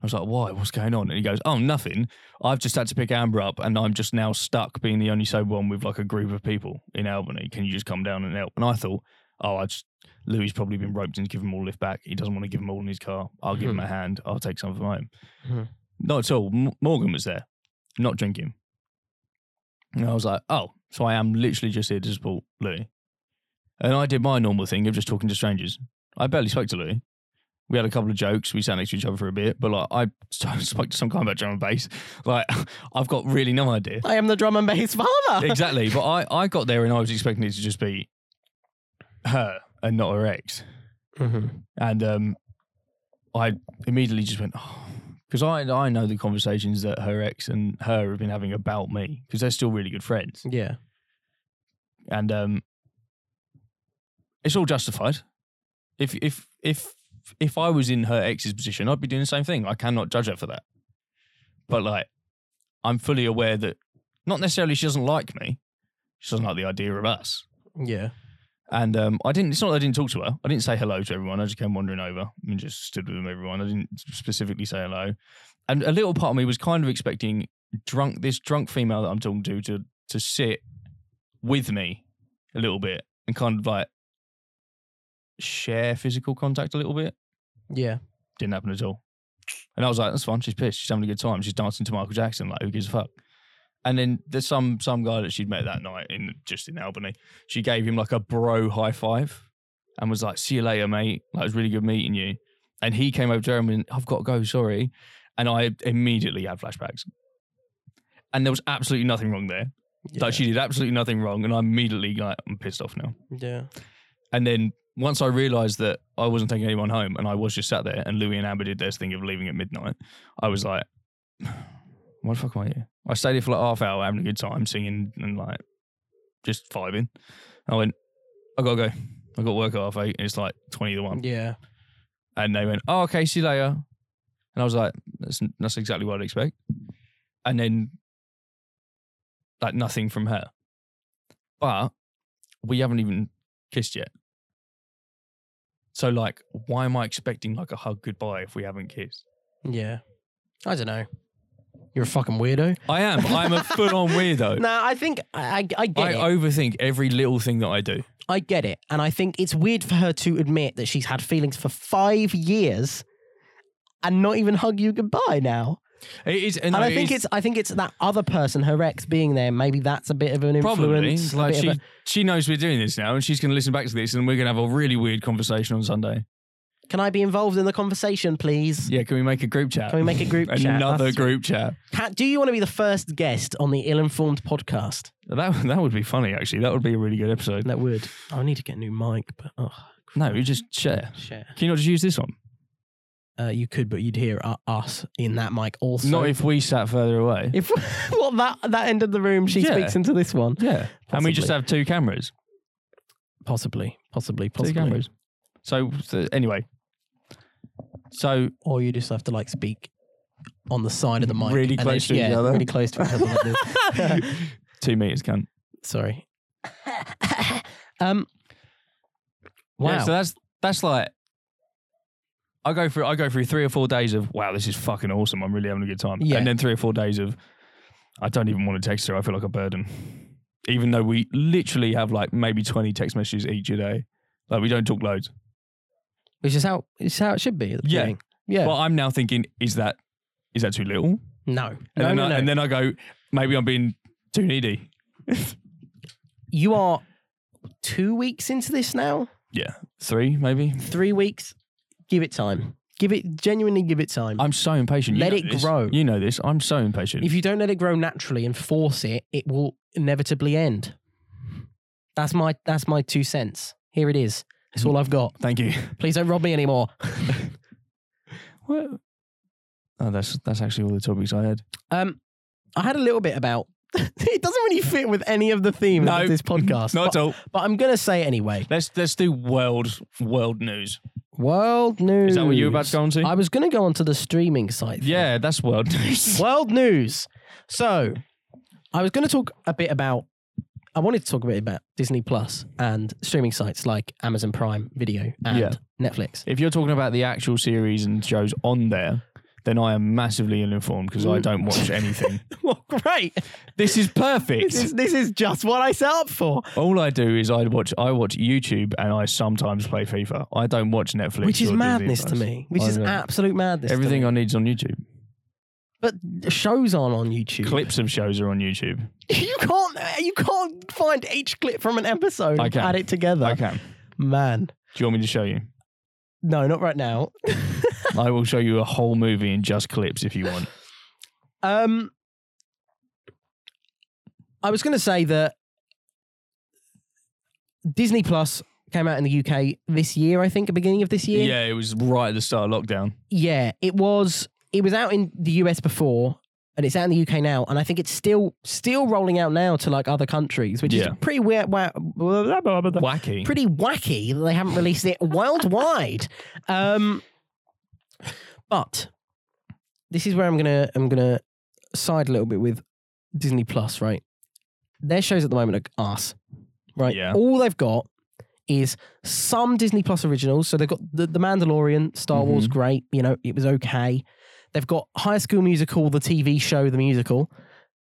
I was like, Why? What's going on? And he goes, Oh, nothing. I've just had to pick Amber up, and I'm just now stuck being the only sober one with like a group of people in Albany. Can you just come down and help? And I thought, Oh, I just, Louis's probably been roped into giving them all a lift back. He doesn't want to give them all in his car. I'll give him a hand. I'll take some from home.
Hmm.
Not at all. M- Morgan was there, not drinking. And I was like, oh, so I am literally just here to support Louis. And I did my normal thing of just talking to strangers. I barely spoke to Louis. We had a couple of jokes. We sat next to each other for a bit, but like I spoke to some guy about drum and bass. Like I've got really no idea
I am the drum and bass father.
exactly. But I, I got there and I was expecting it to just be her and not her ex.
Mhm.
And um, I immediately just went, because I, I know the conversations that her ex and her have been having about me because they're still really good friends.
Yeah.
And um, it's all justified. If, if, if, if I was in her ex's position, I'd be doing the same thing. I cannot judge her for that. But like, I'm fully aware that not necessarily she doesn't like me. She doesn't like the idea of us.
Yeah.
And um, I didn't. It's not that I didn't talk to her. I didn't say hello to everyone. I just came wandering over and just stood with everyone. I didn't specifically say hello. And a little part of me was kind of expecting drunk this drunk female that I'm talking to to to sit with me a little bit and kind of like share physical contact a little bit.
Yeah.
Didn't happen at all. And I was like, that's fine. She's pissed. She's having a good time. She's dancing to Michael Jackson. Like, who gives a fuck? And then there's some some guy that she'd met that night in just in Albany. She gave him like a bro high five and was like, see you later, mate. Like, it was really good meeting you. And he came over to her and went, I've got to go, sorry. And I immediately had flashbacks. And there was absolutely nothing wrong there.
Yeah.
Like, she did absolutely nothing wrong. And I immediately, like, I'm pissed off now.
yeah.
And then once I realised that I wasn't taking anyone home and I was just sat there and Louis and Amber did their thing of leaving at midnight, I was like, why the fuck am I here? I stayed here for like half hour having a good time singing and like just vibing. I went, I gotta go. I got work at half eight and it's like 20 to 1.
Yeah.
And they went, oh, okay, see you later. And I was like, that's, that's exactly what I'd expect. And then, like, nothing from her. But we haven't even kissed yet. So, like, why am I expecting, like, a hug goodbye if we haven't kissed?
Yeah. I don't know. You're a fucking weirdo.
I am. I'm a full on weirdo.
No, I think I, I, I get
I
it.
overthink every little thing that I do.
I get it. And I think it's weird for her to admit that she's had feelings for five years and not even hug you goodbye now.
It is,
And I think it's I think it's that other person, her ex being there, maybe that's a bit of an
probably
influence. a
like
bit of
she,
a-
she knows we're doing this now, and she's going to listen back to this, and we're going to have a really weird conversation on Sunday.
Can I be involved in the conversation, please?
Yeah, can we make a group chat?
Can we make a group chat?
Another
That's-
group chat.
Kat, do you want to be the first guest on the Ill Informed podcast?
That that would be funny actually. That would be a really good episode.
That would. Oh, I need to get a new mic, but oh,
No, you just share.
shit.
Can you not just use this one?
Uh, you could, but you'd hear u- us in that mic also.
not if we sat further away.
if what that that end of the room she
Yeah.
speaks into this one.
yeah, and we just
Possibly.
have two cameras.
Possibly, possibly,
Two
possibly.
cameras. So th- anyway, so
Or you just have to like speak on the side of the mic,
Really
and then-
close to each
yeah,
other.
really close to each other. like this.
two meters cunt.
Sorry. um. Wow.
Yeah, so that's that's like. I go through I go through three or four days of wow this is fucking awesome I'm really having a good time
Yeah.
and then three or four days of I don't even want to text her I feel like a burden even though we literally have like maybe twenty text messages each a day like we don't talk loads
Which is how it's how it should be. At the
Yeah.
beginning. Yeah.
but I'm now thinking is that is that too little
no.
and
no.
then
no.
I,
no.
and then I go maybe I'm being too needy
you are two weeks into this now.
yeah three maybe
Three weeks. Give it time. Give it genuinely. Give it time.
I'm so impatient You
Let
know
it
this.
grow.
you know this I'm so impatient
If you don't let it grow naturally and force it, it will inevitably end. That's my that's my two cents. Here it is. That's all I've got.
thank you
Please don't rob me anymore.
What? Oh, that's that's actually all the topics I had.
Um, I had a little bit about. it doesn't really fit with any of the themes
No.
of this podcast.
Not
but,
at all.
but I'm gonna say it anyway.
Let's let's do world world news.
World news.
Is that what you were about to go on to?
I was gonna go onto the streaming site. thing.
yeah, that's world news.
World news. So, I was going to talk a bit about. I wanted to talk a bit about Disney Plus and streaming sites like Amazon Prime Video and
Yeah.
Netflix.
If you're talking about the actual series and shows on there, then I am massively ill informed because I
Mm.
don't watch anything.
Well, great.
this is perfect.
This is, this is just what I set up for,
All I do is I watch I watch YouTube and I sometimes play FIFA. I don't watch Netflix,
which
or
is
Disney
madness to
Plus.
me. Which
I
is
know.
absolute madness. to me.
Everything I need is on YouTube.
But shows aren't on YouTube.
Clips of shows are on YouTube.
You can't. You can't find each clip from an episode
I
and
can.
add it together.
I can.
Man,
Do you want me to show you?
no, not right now.
I will show you a whole movie in just clips if you want.
Um, I was going to say that Disney Plus came out in the UK this year. I think the beginning of this year.
Yeah, it was right at the start of lockdown.
Yeah, it was. It was out in the US before, and it's out in the UK now. And I think it's still still rolling out now to like other countries, which is
Yeah.
pretty weird. Wa-
Wacky.
pretty wacky that they haven't released it worldwide. Um, but this is where I'm gonna I'm gonna side a little bit with Disney Plus, right? Their shows at the moment are arse, right?
Yeah.
All they've got is some Disney Plus originals. So they've got the, the Mandalorian, Star Wars,
Mm-hmm.
great. You know, it was okay. They've got High School Musical, the TV show, the musical,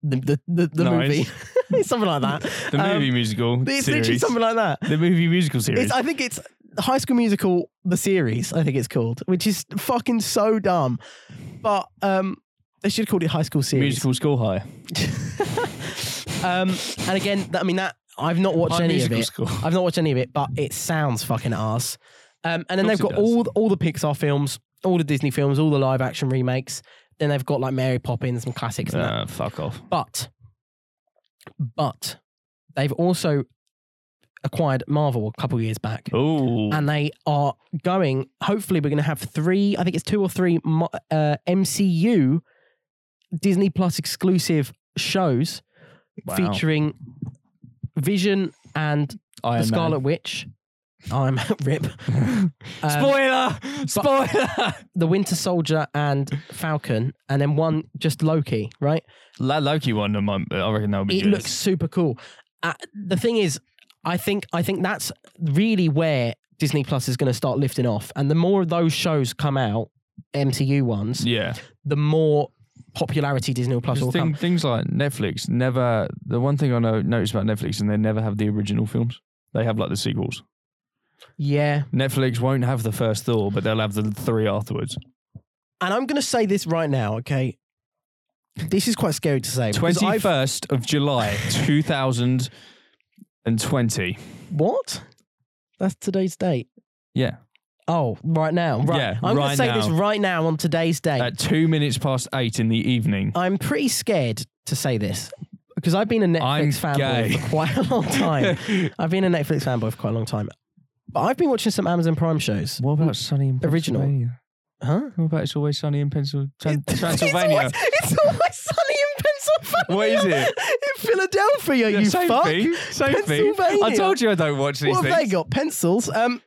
the the the, the
Nice.
movie, something like that.
the
um,
movie musical.
It's literally
series.
something like that.
the movie musical series.
It's, I think it's High School Musical, the series, I think it's called, which is fucking so dumb. But um, they should have called it High School Series.
musical school high.
um, and again, that, I mean, that I've not watched
High
any of
musical
it.
school.
I've not watched any of it, but it sounds fucking ass. Um, and then
Of
they've
course
got
it does.
all the, all the Pixar films, all the Disney films, all the live action remakes. Then they've got like Mary Poppins and classics and that.
Uh, fuck off.
But, but they've also acquired Marvel a couple years back
Oh,
and they are going. Hopefully, we're going to have three. I think it's two or three mo- uh, MCU Disney Plus exclusive shows
Wow.
featuring Vision and
Iron
the Scarlet Witch. I'm Rip,
Man.
Um,
Spoiler! Spoiler!
the Winter Soldier, and Falcon, and then one just Loki. Right?
That Loki one, a month, I reckon that would be
It
good.
looks super cool. Uh, the thing is, I think I think that's really where Disney Plus is going to start lifting off, and the more of those shows come out, MCU ones,
Yeah.
the more popularity Disney Plus will
Just
come.
thing, things like Netflix never. The one thing I know noticed about Netflix, and they never have the original films. They have like the sequels.
Yeah.
Netflix won't have the first Thor, but they'll have the three afterwards.
And I'm going to say this right now, okay? This is quite scary to say. because
Twenty
I've-
first of July, two thousand and twenty.
What? That's today's date.
Yeah,
Oh, right now. Right.
Yeah,
I'm going to
right
say this
now.
right now on today's date.
at two minutes past eight in the evening.
I'm pretty scared to say this because I've been a
I'm
Netflix fanboy
gay.
for quite a long Oh, time. I've been a Netflix fanboy for quite a long time. But I've been watching some Amazon Prime shows.
what about Sunny in
Original.
Pennsylvania?
Huh?
What about It's Always Sunny in Pennsylvania? Transylvania.
It's always, it's always sunny in Pennsylvania.
What is
In
it?
Philadelphia, you fuck.
Sophie, Sophie. I
Pennsylvania.
told you I don't watch these
What have they
things.
got? Pencils. Um,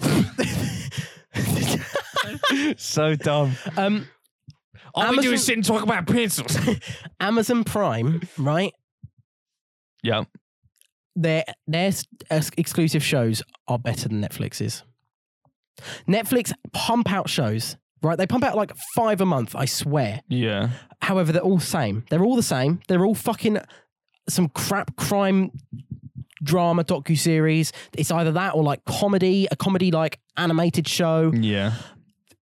so dumb.
um,
All we do
Amazon-
is sit and talk about pencils.
Amazon Prime, right?
yeah.
Their their s- ex- exclusive shows are better than Netflix's. Netflix pump out shows, right? They pump out like five a month, I swear.
Yeah.
However, they're all same. They're all the same. They're all fucking some crap crime drama docu series. It's either that or like comedy, a comedy like animated show.
Yeah.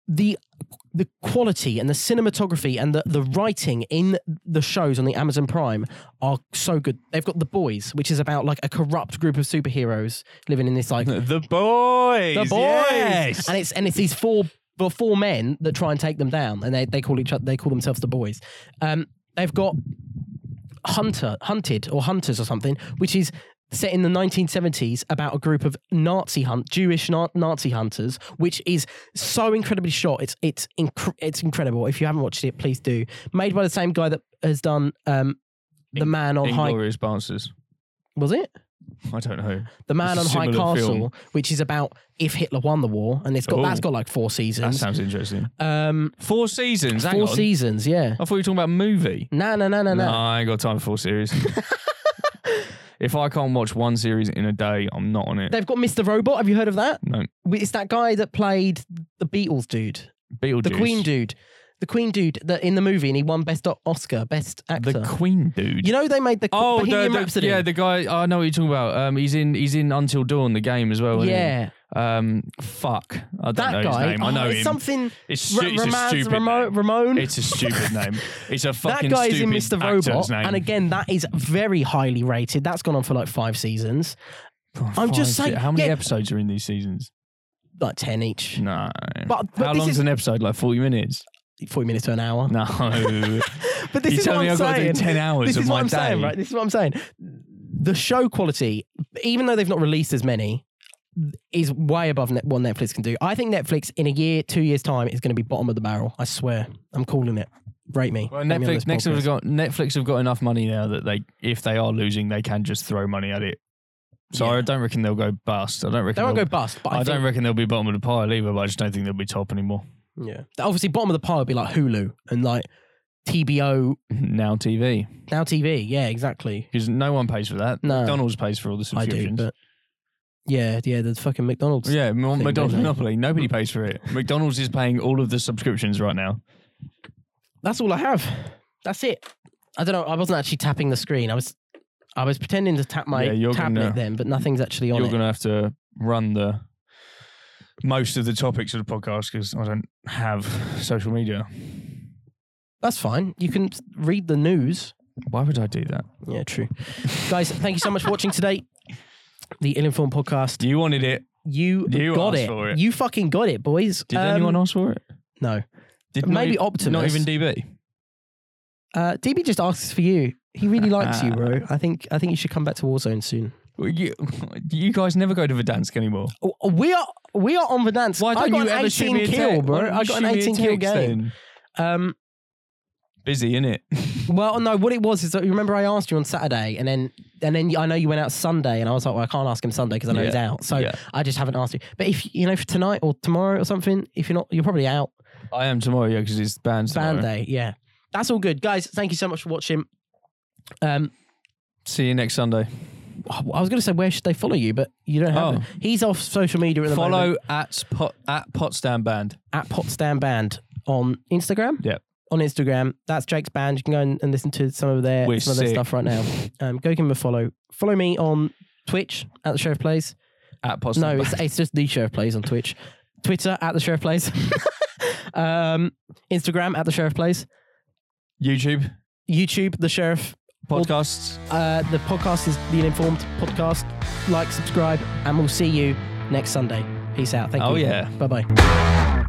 the the quality and the cinematography and the, the writing in the shows on the Amazon Prime are so good. They've got The Boys, which is about like a corrupt group of superheroes living in this like the
The boys.
boys,
yes.
and it's and it's these four the four men that try and take them down, and they, they call each other they call themselves the boys. Um, they've got Hunter, Hunted or Hunters or something, which is set in the 1970s about a group of Nazi hunt Jewish na- Nazi hunters, which is so incredibly shot. It's it's inc- it's incredible. If you haven't watched it, please do. Made by the same guy that has done um, the
In-
man on high.
Inglorious Bouncers.
Was it?
I don't know.
The Man on
It's a
High
similar
Castle,
film.
which is about if Hitler won the war, and it's got
Ooh.
that's got like four
That
seasons.
sounds interesting.
Um,
Four seasons. Hang
four
on. Oh.
seasons, yeah.
I thought you were talking about a movie.
No, no, no, no,
No,
no.
I ain't got time for four series. if I can't watch one series in a day, I'm not on it.
They've got Mr. Robot. Have you heard of that?
No,
It's that guy that played the Beatles dude,
Beetlejuice.
the Queen dude, the Queen dude that in the movie, and he won Best O- Oscar, Best Actor.
The Queen dude.
you know they made the
oh, the-
Bohemian
the-
Rhapsody.
yeah, the guy. I know what you're talking about. Um, he's in. He's in Until Dawn, the game as well. isn't he?
Yeah,
Um, fuck. I don't
that
know
guy.
his name. I
oh,
know
it's
him.
something.
it's, stu-
Ra-
it's a
Ramon's-
stupid
Ramo-
name.
Ramon.
It's a stupid name. It's a
that
fucking
guy is in
stupid
Mr.
actor's
Robot,
name.
and again, that is very highly rated. That's gone on for like five seasons,
Oh,
I'm just
fuck it.
saying-
How many
yeah.
episodes are in these seasons?
like ten each.
No.
But, but
Hmm. How
this
long's
is
an episode? Like 40 minutes?
forty minutes to an hour.
No.
But this
you
is
tell
what
me
I'm
I've got to do
saying.
10 hours
This
of
is
my
what I'm
day.
saying, right? This is what I'm saying. The show quality, even though they've not released as many, is way above net, what Netflix can do. I think Netflix in a year, two years time is going to be bottom of the barrel. I swear, I'm calling it. Rate me.
Well,
Rate me on
Netflix,
this
Netflix,
podcast.
have got, Netflix have got enough money now that they, if they are losing, they can just throw money at it. So
Yeah.
I don't reckon they'll go bust. I don't reckon
They won't
they'll-
go bust, but I,
I, don't reckon they'll be bottom of the pile either. But I just don't think they'll be top anymore.
don't. Yeah, obviously, bottom of the pile would be like Hulu and like TBO
Now TV
Now TV. Yeah, exactly.
because no one pays for that.
No.
McDonald's pays for all the
I do,
subscriptions.
but yeah, yeah, the fucking McDonald's.
yeah, M-
thing,
McDonald's
don't they?
monopoly. Nobody pays for it. McDonald's is paying all of the subscriptions right now.
that's all I have. That's it. I don't know. I wasn't actually tapping the screen. I was, I was pretending to tap my
Yeah, you're
tablet
gonna-
then, but nothing's actually on
You're
it.
going to have to run the most of the topics of the podcast because I don't have social media.
That's fine. You can s- read the news.
Why would I do that?
Yeah, true. Guys, thank you so much for watching today. The ill informed podcast.
You wanted it.
You,
You
got
asked
it.
for it.
You fucking got it, boys.
Did
Um,
anyone ask for it?
No.
Did
Maybe
not, e- Not
Optimus.
even DB.
Uh, DB just asks for you. He really likes you, bro. I think I think you should come back to Warzone soon.
Well, You, you guys never go to Verdansk anymore.
Oh, oh, We are we are on the dance.
Why don't
I got
you
an
ever shoot
18
me a
kill,
text?
bro.
Why don't
I
you
got
shoot
an
me a
18 kill
text
game.
then?
Um,
Busy, innit?
Well, no, what it was is that you remember I asked you on Saturday, and then and then I know you went out Sunday, and I was like, well, I can't ask him Sunday because I know
Yeah,
he's out, so
yeah.
I just haven't asked you. But if you know for tonight or tomorrow or something, if you're not, you're probably out.
I am tomorrow, yeah, because it's band tomorrow.
Band day, yeah. That's all good, guys. Thank you so much for watching. Um,
See you next Sunday.
I was going to say where should they follow you, but you don't have.
Oh.
it. He's off social media at the moment
Follow at pot, at Potsdam Band.
at Potsdam Band on Instagram.
Yep.
On Instagram, that's Jake's band. You can go and, and listen to some of their
We're
some of their
sick.
stuff right now. Um, go give him a follow. Follow me on Twitch at the Sheriff Plays.
At Potsdam
No,
Band.
it's, it's just the Sheriff Plays on Twitch, Twitter at the Sheriff Plays, um, Instagram at the Sheriff Plays,
YouTube,
YouTube the Sheriff.
podcasts.
Uh, the podcast is the Uninformed Podcast. Like, subscribe, and we'll see you next Sunday. Peace out. Thank
Oh,
you.
yeah.
Bye bye.